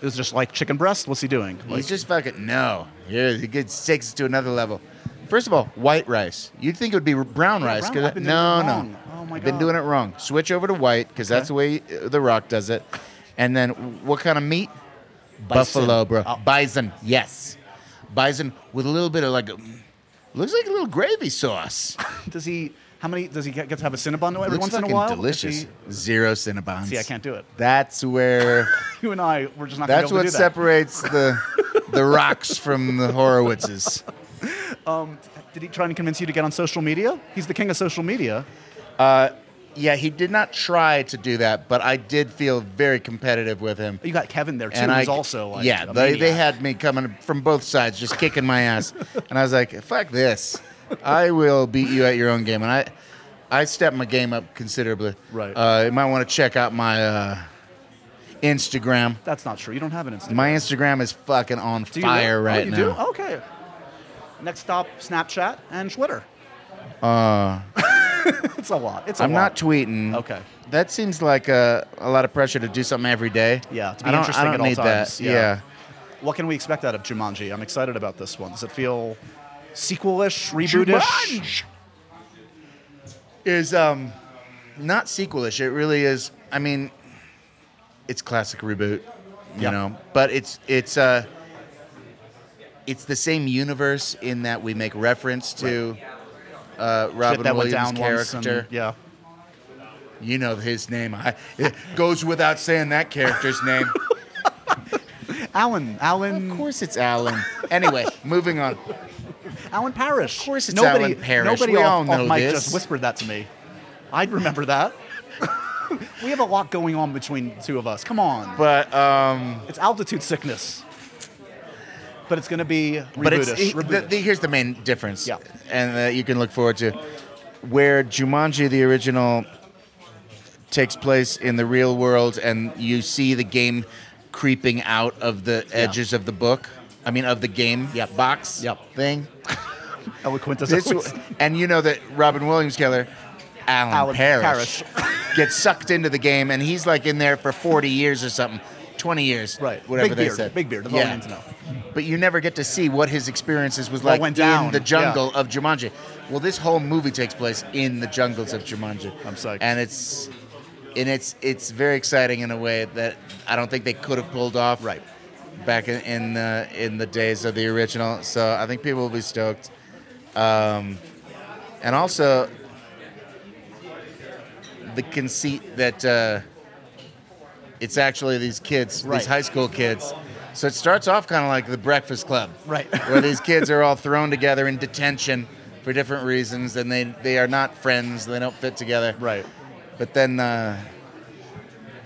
S1: It was just like chicken breast. What's he doing? Like,
S4: he's just fucking no. Yeah, he gets takes it to another level. First of all, white rice. You'd think it would be brown rice.
S1: brown-
S4: 'cause-
S1: I've been doing
S4: no,
S1: it
S4: no.
S1: wrong. Oh my
S4: I've been
S1: God.
S4: doing it wrong. Switch over to white because that's the way uh, The Rock does it. And then what kind of meat? Buffalo, bro.
S1: Oh.
S4: Bison. Yes. Bison with a little bit of like, a, looks like a little gravy sauce.
S1: does he? How many does he get, get to have a Cinnabon every
S4: looks
S1: once in a
S4: fucking
S1: while? If
S4: delicious.
S1: he-
S4: Zero Cinnabons.
S1: see, I can't do it.
S4: That's where.
S1: You and I, we're just not.
S4: That's
S1: gonna
S4: what
S1: be able to do that.
S4: separates the the rocks from the Horowitzes.
S1: Did he try and convince you to get on social media? He's the king of social media.
S4: Yeah, he did not try to do that, but I did feel very competitive with him.
S1: You got Kevin there too. who's also like
S4: yeah,
S1: a
S4: they, they
S1: maniac.
S4: had me coming from both sides, just kicking my ass, and I was like, "Fuck this! I will beat you at your own game." And I, I stepped my game up considerably.
S1: Right.
S4: Uh, you might want to check out my uh, Instagram.
S1: That's not true. You don't have an Instagram.
S4: My Instagram is fucking on
S1: Do you really?
S4: fire
S1: Oh,
S4: right
S1: you
S4: now.
S1: Do? Okay. Next stop, Snapchat and Twitter. Uh, it's a lot. It's a
S4: I'm not
S1: lot.
S4: tweeting.
S1: Okay.
S4: That seems like a, a lot of pressure to do something every day.
S1: Yeah, to be
S4: I don't,
S1: interesting
S4: I don't
S1: at all
S4: need
S1: times,
S4: That.
S1: yeah.
S4: yeah.
S1: what can we expect out of Jumanji? I'm excited about this one. Does it feel sequelish, rebootish?
S4: is um not sequelish. It really is. I mean, it's classic reboot, you
S1: Yeah.
S4: know. But it's it's uh it's the same universe in that we make reference to uh, Robin
S1: Shit that went
S4: Williams'
S1: down once and-
S4: character.
S1: yeah.
S4: You know his name. I, it goes without saying that character's name.
S1: Alan, Alan,
S4: of course, it's Alan. Anyway, moving on.
S1: Alan Parrish. Of
S4: course it's
S1: nobody,
S4: Alan Parrish.
S1: Nobody
S4: We
S1: off,
S4: all
S1: off
S4: know
S1: mic
S4: this.
S1: just whispered that to me. I'd remember that. we have a lot going on between the two of us. Come on.
S4: But um,
S1: It's altitude sickness. But it's going to be rebootish.
S4: but it's e- he- the,
S1: rebootish.
S4: the, here's the main difference,
S1: Yeah.
S4: and that you can look forward to, where Jumanji the original takes place in the real world, and you see the game creeping out of the edges of the book. I mean, of the game
S1: Yep.
S4: box
S1: Yep.
S4: thing.
S1: Eloquent as
S4: This,
S1: always.
S4: and you know that Robin Williams killer, Alan,
S1: Alan
S4: Parrish, gets sucked into the game, and he's like in there for 40 years or something, 20 years,
S1: Right.
S4: Whatever
S1: Big
S4: they
S1: beard.
S4: said.
S1: Big beard. That's all I need to know.
S4: But you never get to see what his experiences was
S1: What
S4: like
S1: went down,
S4: in the jungle of Jumanji. Well, this whole movie takes place in the jungles of Jumanji.
S1: I'm psyched.
S4: And it's and it's it's very exciting in a way that I don't think they could have pulled off
S1: Right.
S4: back in in the, in the days of the original. So I think people will be stoked. Um, and also the conceit that uh, it's actually these kids,
S1: Right.
S4: these high school kids. So it starts off kind of like the Breakfast Club,
S1: Right.
S4: where these kids are all thrown together in detention for different reasons, and they they are not friends. They don't fit together.
S1: Right.
S4: But then, uh,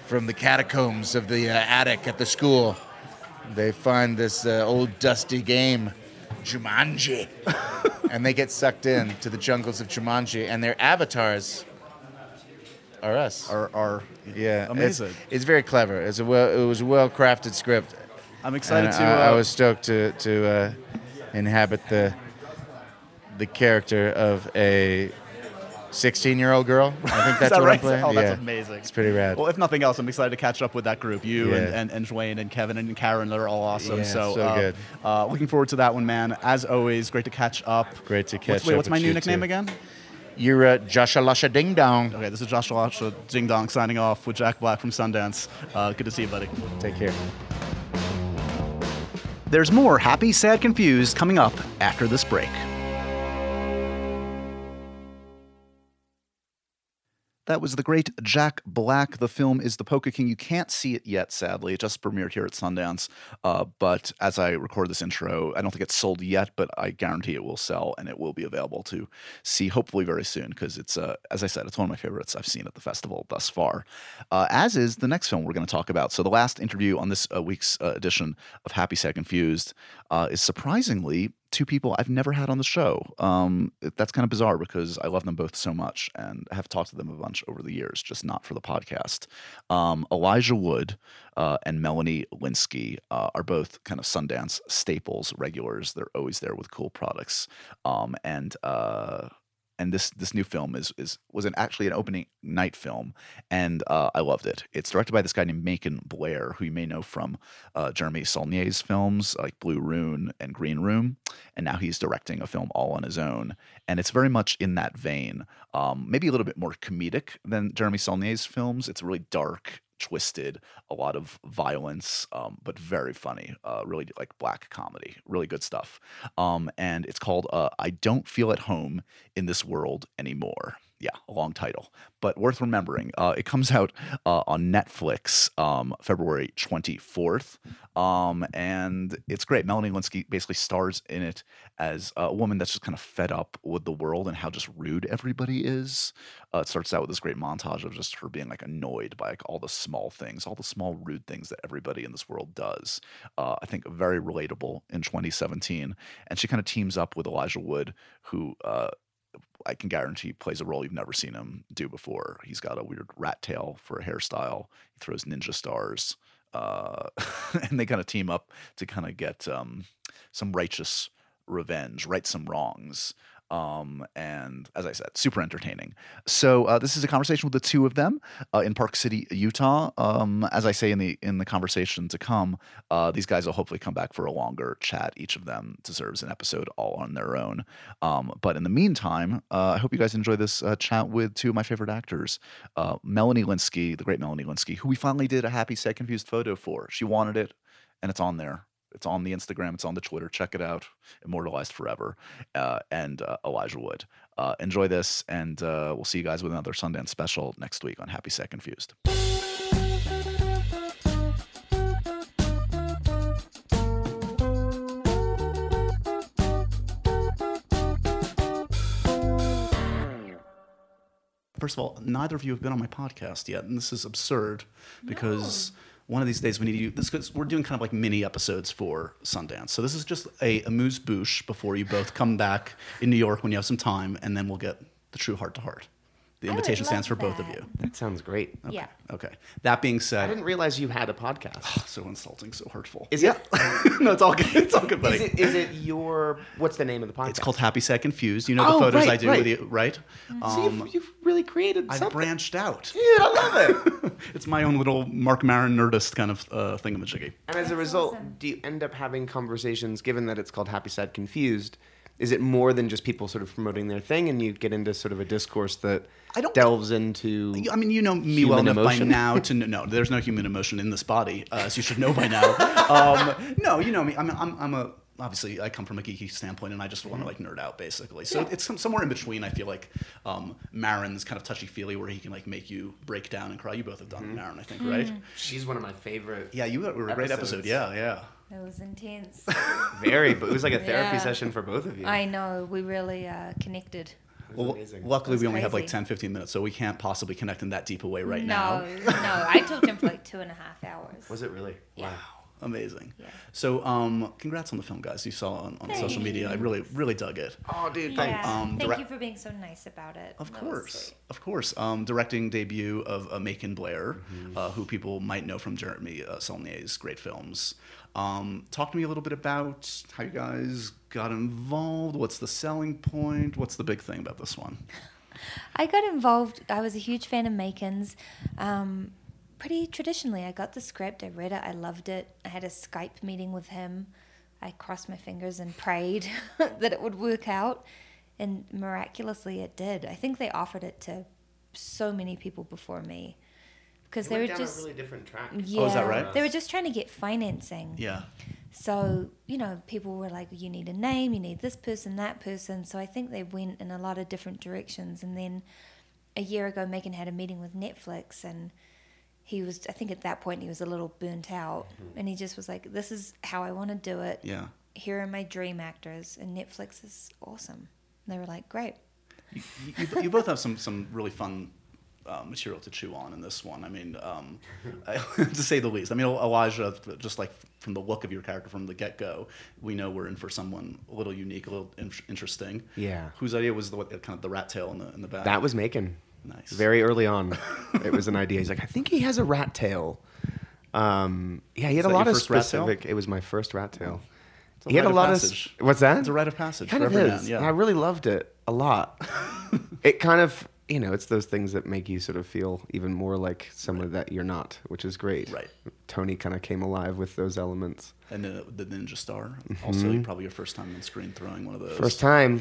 S4: from the catacombs of the uh, attic at the school, they find this uh, old dusty game, Jumanji, and they get sucked in to the jungles of Jumanji, and their avatars are us.
S1: Are, are,
S4: yeah, it's-
S1: Amazing.
S4: It's, very clever. It's a well, it was a well crafted script.
S1: I'm excited
S4: And
S1: to.
S4: I, I
S1: uh,
S4: was stoked to to uh, inhabit the the character of a 16 year old girl. I think
S1: Is
S4: that's
S1: that
S4: what
S1: right?
S4: I'm playing.
S1: Oh, that's
S4: Yeah.
S1: amazing.
S4: It's pretty rad.
S1: Well, if nothing else, I'm excited to catch up with that group. You and,
S4: Yeah.
S1: and, and Dwayne and Kevin and Karen, they're all awesome.
S4: Yeah,
S1: so
S4: so
S1: uh,
S4: good.
S1: Uh, looking forward to that one, man. As always, great to catch up.
S4: Great to
S1: What's-
S4: catch
S1: wait,
S4: up
S1: what's my
S4: with
S1: new
S4: you
S1: nickname
S4: too.
S1: again?
S4: You're uh, Joshua Lusha Ding Dong.
S5: Okay, this is Josh Lasha, Ding Dong, signing off with Jack Black from Sundance. Uh, good to see you, buddy.
S1: Oh,
S4: Take care.
S1: There's more Happy, Sad, Confused coming up after this break. That was the great Jack Black. The film is The Poker King. You can't see it yet, sadly. It just premiered here at Sundance. Uh, but as I record this intro, I don't think it's sold yet, but I guarantee it will sell and it will be available to see hopefully very soon because it's, uh, as I said, it's one of my favorites I've seen at the festival thus far. Uh, as is the next film we're going to talk about. So the last interview on this uh, week's uh, edition of Happy, Sad, Confused uh, is surprisingly two people I've never had on the show. Um, that's kind of bizarre because I love them both so much and I have talked to them a bunch over the years, just not for the podcast. Um, Elijah Wood uh, and Melanie Linsky uh, are both kind of Sundance staples, regulars. They're always there with cool products. Um, and uh, and this this new film is is was an actually an opening night film, and uh, I loved it. It's directed by this guy named Macon Blair, who you may know from uh, Jeremy Saulnier's films like Blue Rune and Green Room, and now he's directing a film all on his own, and it's very much in that vein. Um, maybe a little bit more comedic than Jeremy Saulnier's films. It's really dark twisted, a lot of violence, um, but very funny. Uh, really like black comedy, really good stuff. Um, and it's called uh, "I Don't Feel at Home in This World Anymore." Yeah, a long title, but worth remembering. Uh, it comes out uh, on Netflix um, February 24th, um, and it's great. Melanie Linsky basically stars in it as a woman that's just kind of fed up with the world and how just rude everybody is. Uh, it starts out with this great montage of just her being like annoyed by like all the small things, all the small rude things that everybody in this world does. Uh, I think very relatable in 2017, and she kind of teams up with Elijah Wood, who. Uh, I can guarantee plays a role you've never seen him do before. He's got a weird rat tail for a hairstyle. He throws ninja stars, uh, and they kind of team up to kind of get um, some righteous revenge, right some wrongs. Um, and as I said, super entertaining. So uh, this is a conversation with the two of them uh, in Park City, Utah. Um, as I say in the in the conversation to come, uh, these guys will hopefully come back for a longer chat. Each of them deserves an episode all on their own. Um, but in the meantime, uh, I hope you guys enjoy this uh, chat with two of my favorite actors, uh, Melanie Linsky, the great Melanie Linsky, who we finally did a happy, sad, confused photo for. She wanted it, and it's on there. It's on the Instagram. It's on the Twitter. Check it out. Immortalized forever. Uh, and uh, Elijah Wood. Uh, enjoy this, and uh, we'll see you guys with another Sundance special next week on Happy Second Fused.
S5: First of all, neither of you have been on my podcast yet, and this is absurd because one of these days we need you. This 'cause we're doing kind of like mini episodes for Sundance, so this is just a amuse bouche before you both come back in New York when you have some time, and then we'll get the true heart to heart. The
S6: I would
S5: invitation stands for both
S6: love
S5: of
S6: that.
S5: you.
S7: That sounds great.
S6: Yeah.
S5: Okay. That being
S7: I
S5: said,
S7: didn't realize you had a podcast.
S5: so insulting, so hurtful.
S7: Is
S5: yeah. no, it's all good. It's all good, buddy.
S7: Is it, is it your what's the name of the podcast?
S5: It's called Happy Sad Confused. You know the
S7: Oh,
S5: photos
S7: right,
S5: I do
S7: right.
S5: with you, right? Um,
S7: See, you've- you've, really created
S5: I've
S7: something.
S5: branched out.
S7: Dude, I love it.
S5: It's my own little Mark Maron nerdist kind of uh, thingamajiggy.
S7: and as a result, do you end up having conversations? Given that it's called Happy Sad Confused, is it more than just people sort of promoting their thing, and you get into sort of a discourse that
S5: I don't-
S7: delves into?
S5: You- I mean, you know me
S7: Human
S5: well enough
S7: emotion?
S5: by now to know. No, there's no human emotion in this body, uh, as you should know by now. um, no, you know me. I'm, I'm, I'm a obviously I come from a geeky standpoint, and I just want to like nerd out basically. So it's some, somewhere in between. I feel like um, Maron's kind of touchy feely, where he can like make you break down and cry. You both have done
S7: Mm-hmm.
S5: Maron, I think, right?
S7: she's one of my favorite.
S5: Yeah, you were a great episode.
S7: Episodes.
S5: Yeah, yeah.
S6: That was intense.
S7: very. But it was like a therapy
S6: Yeah.
S7: session for both of you.
S6: I know. We really uh, connected.
S5: Well,
S7: amazing.
S5: luckily we only have like
S6: crazy.
S5: 10, 15 minutes, so we can't possibly connect in that deep a way right now.
S6: no, no. I talked to him for like two and a half hours.
S7: was it really?
S6: Yeah.
S7: Wow.
S5: Amazing. So, um, congrats on the film, guys. You saw on, on social media. I really, really dug it.
S7: Oh, dude,
S6: Yeah.
S7: thanks.
S5: Um,
S6: Thank
S5: direct-
S6: you for being so nice about it.
S5: Of
S6: That was
S5: course,
S6: sweet.
S5: of course. Um, directing debut of uh, Macon Blair,
S6: Mm-hmm.
S5: uh, who people might know from Jeremy uh, Saulnier's great films. Um, talk to me a little bit about how you guys got involved. What's the selling point? What's the big thing about this one?
S6: I got involved. I was a huge fan of Macon's. Um, pretty traditionally, I got the script. I read it. I loved it. I had a Skype meeting with him. I crossed my fingers and prayed that it would work out. and miraculously it did. I think they offered it to so many people before me because they,
S7: went
S6: were
S7: down
S6: just
S7: a really different track.
S6: yeah,
S1: Oh, is that right?
S6: they were just trying to get financing.
S1: Yeah.
S6: So, you know, people were like, you need a name, you need this person, that person. So I think they went in a lot of different directions. And then a year ago, Megan had a meeting with Netflix, and he was, I think at that point, he was a little burnt out. And he just was like, this is how I want to do it.
S1: Yeah.
S6: Here are my dream actors. And Netflix is awesome. And they were like, great.
S1: you, you- you both have some some really fun uh, material to chew on in this one. I mean, um, to say the least. I mean, Elijah, just like from the look of your character from the get go, we know we're in for someone a little unique, a little in- interesting.
S7: Yeah.
S1: Whose idea was the what, kind of the rat tail in the in the back?
S7: That was Macon.
S1: Nice.
S7: Very early on, it was an idea. He's like, I think he has a rat tail. Um, yeah, he had
S1: that
S7: a lot
S1: your
S7: of
S1: first rat tail?
S7: specific. It was my first rat tail.
S1: a
S7: he had a
S1: rite of
S7: lot
S1: passage.
S7: of. s- What's that?
S1: It's a rite of passage
S7: Kind
S1: for
S7: of
S1: every
S7: is.
S1: man, yeah.
S7: And I really loved it a lot. it kind of, you know, it's those things that make you sort of feel even more like someone that you're not, which is great.
S1: Right.
S7: Tony kind of came alive with those elements.
S1: and then the Ninja Star. Also, probably your first time on screen throwing one of those.
S7: Mm-hmm. First time.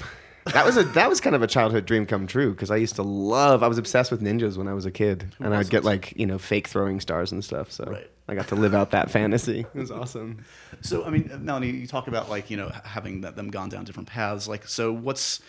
S7: That was a that was kind of a childhood dream come true because I used to love I was obsessed with ninjas when I was a kid and I'd get like you know fake throwing stars and stuff so
S1: Right.
S7: I got to live out that fantasy it was awesome
S1: So I mean, Melanie, you talk about like you know having that, them gone down different paths. Like, so what's?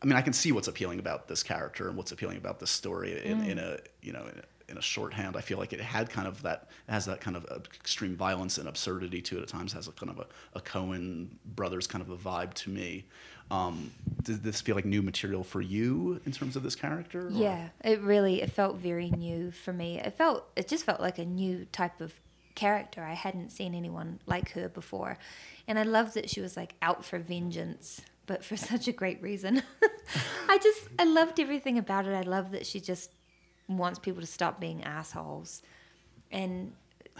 S1: I mean, I can see what's appealing about this character and what's appealing about this story in, in a you know in a, in a shorthand. I feel like it had kind of that it has that kind of uh, extreme violence and absurdity to it at times. It has a kind of a, a Cohen brothers kind of a vibe to me. Um, did this feel like new material for you in terms of this character? or-
S6: Yeah, it really it felt very new for me. It felt it just felt like a new type of character. I hadn't seen anyone like her before, and I loved that she was like out for vengeance, but for such a great reason. I just I loved everything about it. I love that she just wants people to stop being assholes, and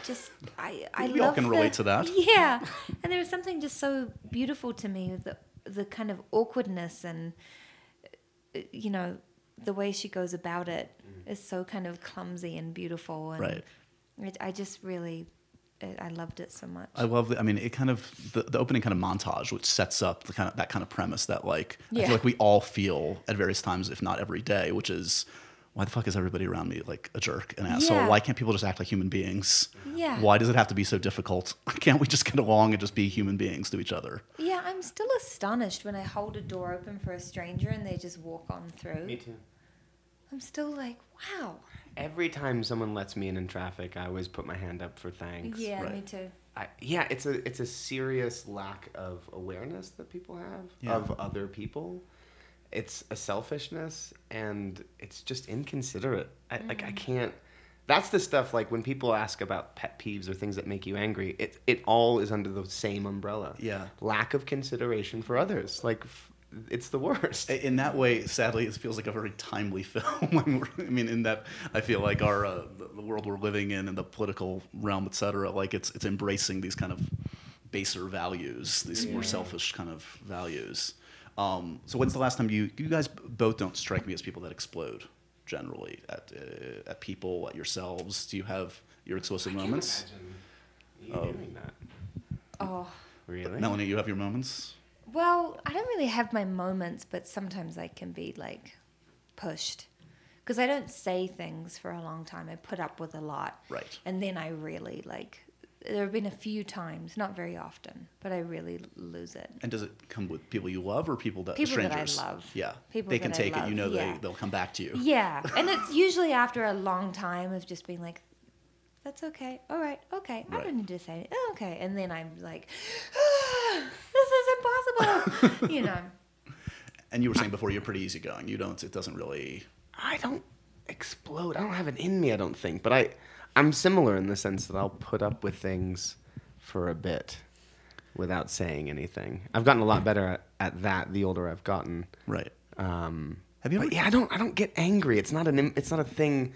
S6: just I I
S1: We all
S6: love
S1: can
S6: the-
S1: relate to that.
S6: Yeah, and there was something just so beautiful to me with the the kind of awkwardness and you know the way she goes about it is so kind of clumsy and beautiful and
S1: Mm. Right.
S6: it, i just really i I loved it so much
S1: I love the, I mean, it kind of the, the opening kind of montage, which sets up the kind of that kind of premise that like I
S6: Yeah.
S1: feel like we all feel at various times, if not every day, which is why the fuck is everybody around me like a jerk, an asshole?
S6: Yeah.
S1: Why can't people just act like human beings?
S6: Yeah.
S1: Why does it have to be so difficult? Can't we just get along and just be human beings to each other?
S6: yeah i'm still astonished when i hold a door open for a stranger and they just walk on through
S7: me too
S6: i'm still like wow
S7: every time someone lets me in in traffic I always put my hand up for thanks
S6: yeah me
S1: Right.
S6: too
S7: I, yeah, it's a it's a serious lack of awareness that people have
S1: Yeah.
S7: of other people. It's a selfishness and it's just inconsiderate. I, Like I can't. That's the stuff like when people ask about pet peeves or things that make you angry. It it all is under the same umbrella.
S1: Yeah.
S7: lack of consideration for others. Like f- it's the worst.
S1: I- in that way, sadly, it feels like a very timely film. I mean, we're- I mean, in that I feel like our uh, the- the world we're living in and the political realm, et cetera, like it's it's embracing these kind of baser values, these more selfish kind of values. Um, so when's the last time you you guys b- both don't strike me as people that explode generally at uh, at people at yourselves? Do you have your explosive moments?
S7: you doing that
S6: oh
S7: really?
S1: Melanie, you have your moments.
S6: well i don't really have my moments but sometimes i can be like pushed because i don't say things for a long time i put up with a lot
S1: Right.
S6: and then I really like. There have been a few times, not very often, but I really lose it.
S1: And does it come with people you love or people that
S6: People that I
S1: strangers?
S6: love.
S1: Yeah,
S6: People
S1: they can
S6: that I
S1: take it. You know
S6: love, yeah.
S1: they they'll come back to you.
S6: Yeah, and it's usually after a long time of just being like, "That's okay, all right, okay, I
S1: Right.
S6: don't need to say it, oh, okay," and then I'm like, ah, "This is impossible," you know.
S1: And you were saying before you're pretty easygoing. You don't. It doesn't really.
S7: I don't explode. I don't have it in me. I don't think, but I, I'm similar in the sense that I'll put up with things for a bit without saying anything. I've gotten a lot better at, at that the older I've gotten.
S1: Right.
S7: Um,
S1: Have you
S7: but
S1: ever-
S7: yeah, I don't. I don't get angry. It's not an. im- It's not a thing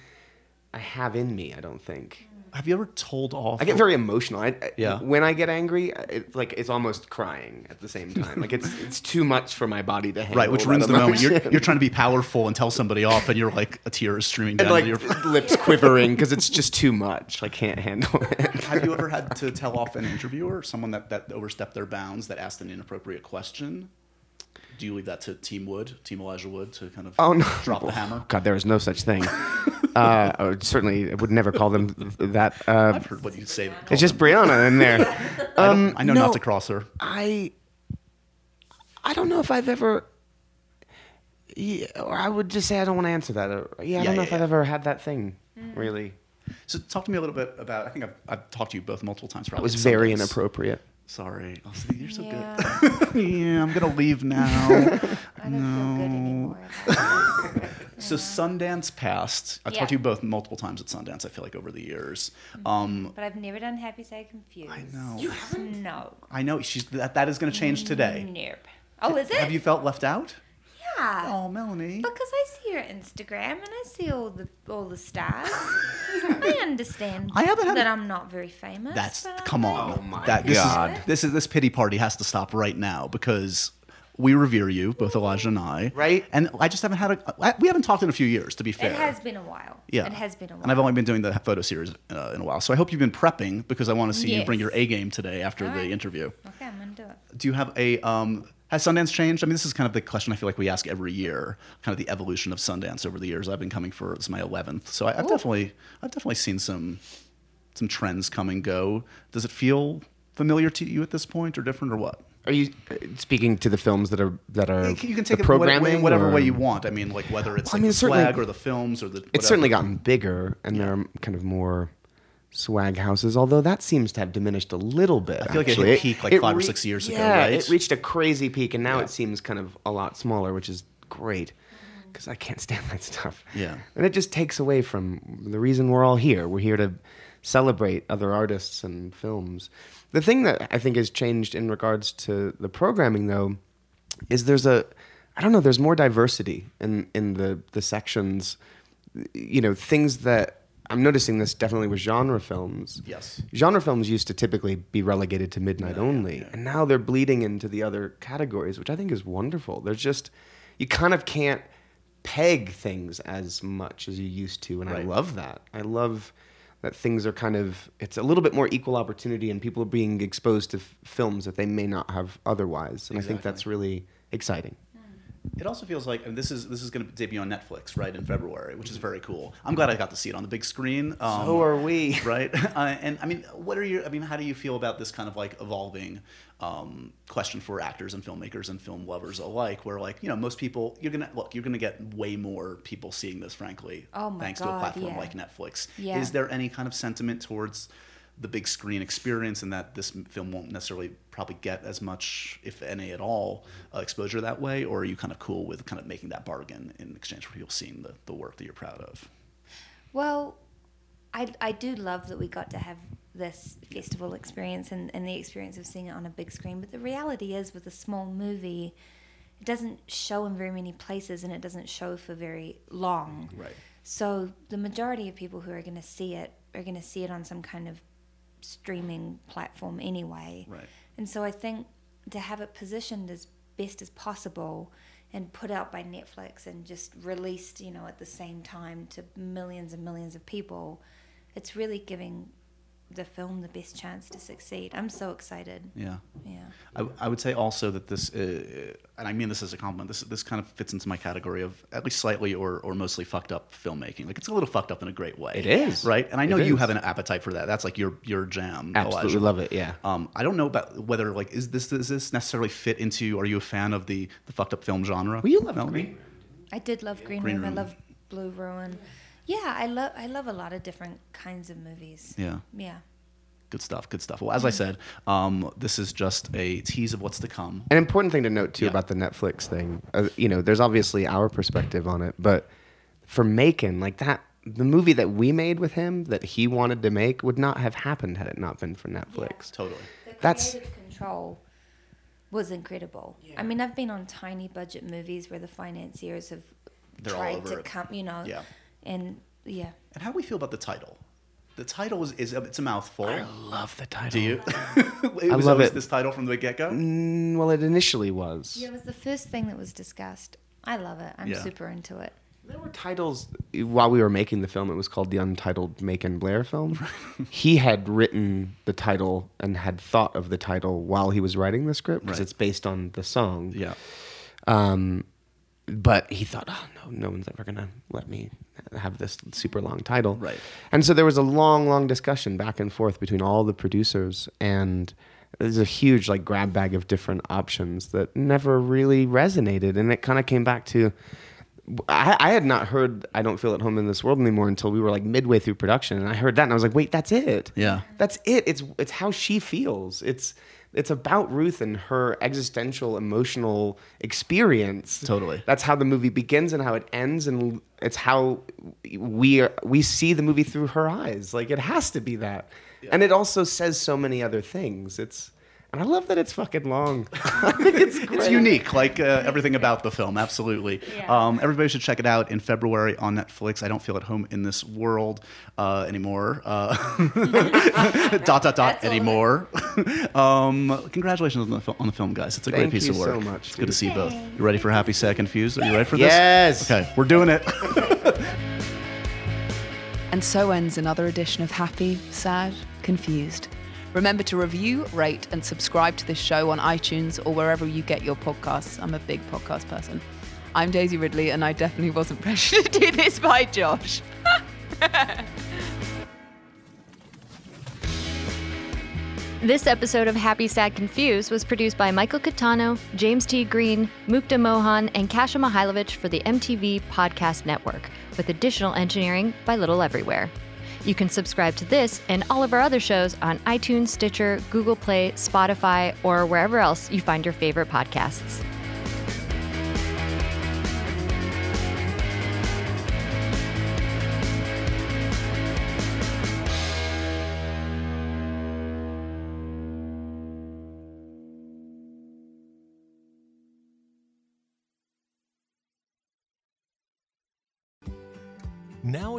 S7: I have in me. I don't think.
S1: Have you ever told off?
S7: I get very emotional. I, I-
S1: Yeah.
S7: When I get angry, I- it's like it's almost crying at the same time. Like it's it's too much for my body to handle.
S1: right, which
S7: that
S1: ruins the moment. You're,
S7: emotion.
S1: you're trying to be powerful and tell somebody off, and you're like a tear is streaming down
S7: and like
S1: your.
S7: lips quivering because it's just too much. I can't handle it.
S1: Have you ever had to tell off an interviewer, someone that that overstepped their bounds, that asked an inappropriate question? Do you leave that to Team Wood, Team Elijah Wood, to kind of
S7: Oh no!
S1: drop the hammer?
S7: God, there is no such thing. uh, I would certainly, I would never call them th- that. Uh,
S1: I've heard what you say.
S7: it's just Brianna in there.
S8: Um, I know
S7: no.
S8: not to cross her.
S7: I I don't know if I've ever yeah, or I would just say I don't want to answer that. Uh, Yeah, I don't know
S1: yeah,
S7: if I've
S1: yeah. Mm.
S7: ever had that thing. Really.
S1: So talk to me a little bit about. I think I've, I've talked to you both multiple times.
S7: That
S1: Probably
S7: was
S1: at
S7: very
S1: Sundance.
S7: inappropriate.
S1: Sorry, oh, see, you're so
S6: yeah.
S1: good.
S8: Yeah, I'm gonna leave now.
S6: I don't feel good anymore. about it.
S1: So Sundance passed. I have
S6: Yeah. Mm-hmm.
S1: talked to you both multiple times at Sundance. I feel like over the years. Um,
S6: But I've never done Happy Side Confused. I
S8: know.
S6: You haven't? No.
S8: I know she's that. That is gonna change today.
S6: Nope. Oh, is it?
S8: Have you felt left out?
S6: yeah.
S8: Oh, Melanie.
S6: Because I see your Instagram and I see all the all the stars. I understand
S8: I haven't had
S6: that
S8: a-
S6: I'm not very famous.
S1: That's
S6: but
S1: come
S6: I'm
S1: on.
S7: Oh my
S1: that, this
S7: God.
S1: Is, this is this pity party has to stop right now because we revere you, both Elijah and I.
S7: Right.
S1: And I just haven't had a. We haven't talked in a few years, to be fair.
S6: It has been a while.
S1: Yeah.
S6: It has been a while.
S1: And I've only been doing the photo series uh, in a while, so I hope you've been prepping because I want to see you bring
S6: Yes.
S1: your A game today after the
S6: right.
S1: interview.
S6: Okay, I'm gonna do it.
S1: Do you have a? Um, has Sundance changed? I mean, this is kind of the question I feel like we ask every year, kind of the evolution of Sundance over the years. I've been coming for it's my eleventh, so I, I've definitely, I've definitely seen some, some trends come and go. Does it feel familiar to you at this point, or different, or what?
S7: Are you uh, speaking to the films that are that are
S1: You can you can take
S7: the
S1: it whatever, way-
S7: programming
S1: whatever
S7: or-
S1: way you want. I mean, like whether it's
S7: I
S1: like
S7: mean,
S1: the
S7: it's certainly-
S1: swag or the films or the.
S7: It's
S1: whatever. Mm.
S7: certainly gotten bigger, and there are kind of more swag houses. Although that seems to have diminished a little bit.
S1: I feel like it hit
S7: actually.
S1: peak, like, five or six years ago,
S7: yeah,
S1: right?
S7: It reached a crazy peak, and now it seems kind of a lot smaller, which is great because I can't stand that stuff.
S1: Yeah.
S7: and it just takes away from the reason we're all here. We're here to celebrate other artists and films. The thing that I think has changed in regards to the programming, though, is there's a I don't know. There's more diversity in in the the sections. You know, things that I'm noticing this definitely with genre films.
S1: Yes.
S7: genre films used to typically be relegated to midnight only, and now they're bleeding into the other categories, which I think is wonderful. There's just you kind of can't peg things as much as you used to, and I
S1: Right.
S7: love that. I love that things are kind of it's a little bit more equal opportunity, and people are being exposed to f- films that they may not have otherwise, and I think that's really exciting.
S1: It also feels like and this is this is going to debut on Netflix right in February, which is very cool. I'm glad I got to see it on the big screen. Um,
S7: So are we.
S1: right? Uh, and I mean, what are your? I mean, how do you feel about this kind of like evolving um, question for actors and filmmakers and film lovers alike? Where like you know, most people you're gonna look, you're gonna get way more people seeing this, frankly,
S6: Oh my
S1: thanks to a
S6: God,
S1: platform
S6: yeah.
S1: like Netflix.
S6: Yeah.
S1: Is there any kind of sentiment towards? The big screen experience, and that this m- film won't necessarily probably get as much, if any at all, uh, exposure that way, or are you kind of cool with kind of making that bargain in exchange for people seeing the, the work that you're proud of?
S6: Well, I I do love that we got to have this festival experience and, and the experience of seeing it on a big screen. But the reality is, with a small movie, it doesn't show in very many places, and it doesn't show for very long.
S1: Right.
S6: So the majority of people who are going to see it are going to see it on some kind of streaming platform anyway.
S1: Right.
S6: And so I think to have it positioned as best as possible and put out by Netflix and just released, you know, at the same time to millions and millions of people, it's really giving the film the best chance to succeed. I'm so excited.
S1: Yeah.
S6: Yeah.
S1: I, I would say also that this, uh, and I mean this as a compliment. This this kind of fits into my category of at least slightly or or mostly fucked up filmmaking. Like it's a little fucked up in a great way.
S7: It is.
S1: right, and I know
S7: It
S1: you
S7: is.
S1: have an appetite for that. That's like your your jam.
S7: Absolutely
S1: Elijah.
S7: love it, yeah.
S1: Um, I don't know about whether like is this does this necessarily fit into? Are you a fan of the the fucked up film genre? Well,
S7: you love
S1: Melanie?
S7: Green
S6: I did love Green,
S1: Green
S6: Room.
S1: Room.
S6: I love Blue Ruin. Yeah, I love I love a lot of different kinds of movies.
S1: Yeah.
S6: Yeah.
S1: Good stuff. Good stuff. Well, as I said, um, this is just a tease of what's to come.
S7: An important thing to note too
S1: Yeah.
S7: about the Netflix thing, uh, you know, there's obviously our perspective on it, but for Macon, like that, the movie that we made with him that he wanted to make would not have happened had it not been for Netflix.
S1: Totally.
S6: The
S7: That's-
S6: creative control was incredible. I mean, I've been on tiny budget movies where the financiers have
S1: They're all
S6: tried
S1: over
S6: to
S1: it.
S6: come, you know,
S1: Yeah.
S6: and yeah.
S1: And how do we feel about the title? The title is, is it's a mouthful.
S7: Love the title.
S1: Do you?
S7: I
S1: it was
S7: love
S1: always
S7: it. Mm,
S1: this title from the get go.
S7: Well, it initially was.
S6: Yeah, it was the first thing that was discussed. I love it. I'm
S1: Yeah.
S6: super into it.
S7: There were titles while we were making the film. It was called the Untitled Macon Blair film. he had written the title and had thought of the title while he was writing the script because
S1: Right.
S7: it's based on the song.
S1: Yeah.
S7: Um, but he thought, oh no, no one's ever gonna let me have this super long title.
S1: Right.
S7: And so there was a long, long discussion back and forth between all the producers, and there's a huge like grab bag of different options that never really resonated, and it kind of came back to. I, I had not heard "I Don't Feel at Home in This World" anymore until we were like midway through production, and I heard that, and I was like, "Wait, that's it!
S1: Yeah.
S7: that's it! It's it's how she feels. It's it's about Ruth and her existential, emotional experience.
S1: Totally.
S7: That's how the movie begins and how it ends, and it's how we are, we see the movie through her eyes. Like it has to be that, and it also says so many other things. It's and I love that it's fucking long. I think it's great.
S1: It's unique, like uh, everything about the film. Absolutely.
S9: Yeah.
S1: Um, everybody should check it out in February on Netflix. I don't feel at home in this world uh, anymore. Uh, dot dot dot
S9: That's all.
S1: anymore. um, congratulations on the, fil- on the film, guys. It's a
S7: Thank
S1: great piece
S7: you
S1: of work.
S7: so much,
S1: It's good to
S7: dude.
S1: see you both. You ready for Happy Sad Confused? Are you ready for this?
S10: Yes.
S1: Okay, we're doing it.
S11: And so ends another edition of Happy, Sad, Confused. Remember to review, rate, and subscribe to this show on iTunes or wherever you get your podcasts. I'm a big podcast person. I'm Daisy Ridley, and I definitely wasn't pressured to do this by Josh.
S6: This episode of Happy Sad Confused was produced by Michael Catano, James T. Green, Mukta Mohan, and Kasia Mihailovich for the MTV Podcast Network, with additional engineering by Little Everywhere. You can subscribe to this and all of our other shows on iTunes, Stitcher, Google Play, Spotify, or wherever else you find your favorite podcasts.
S3: Now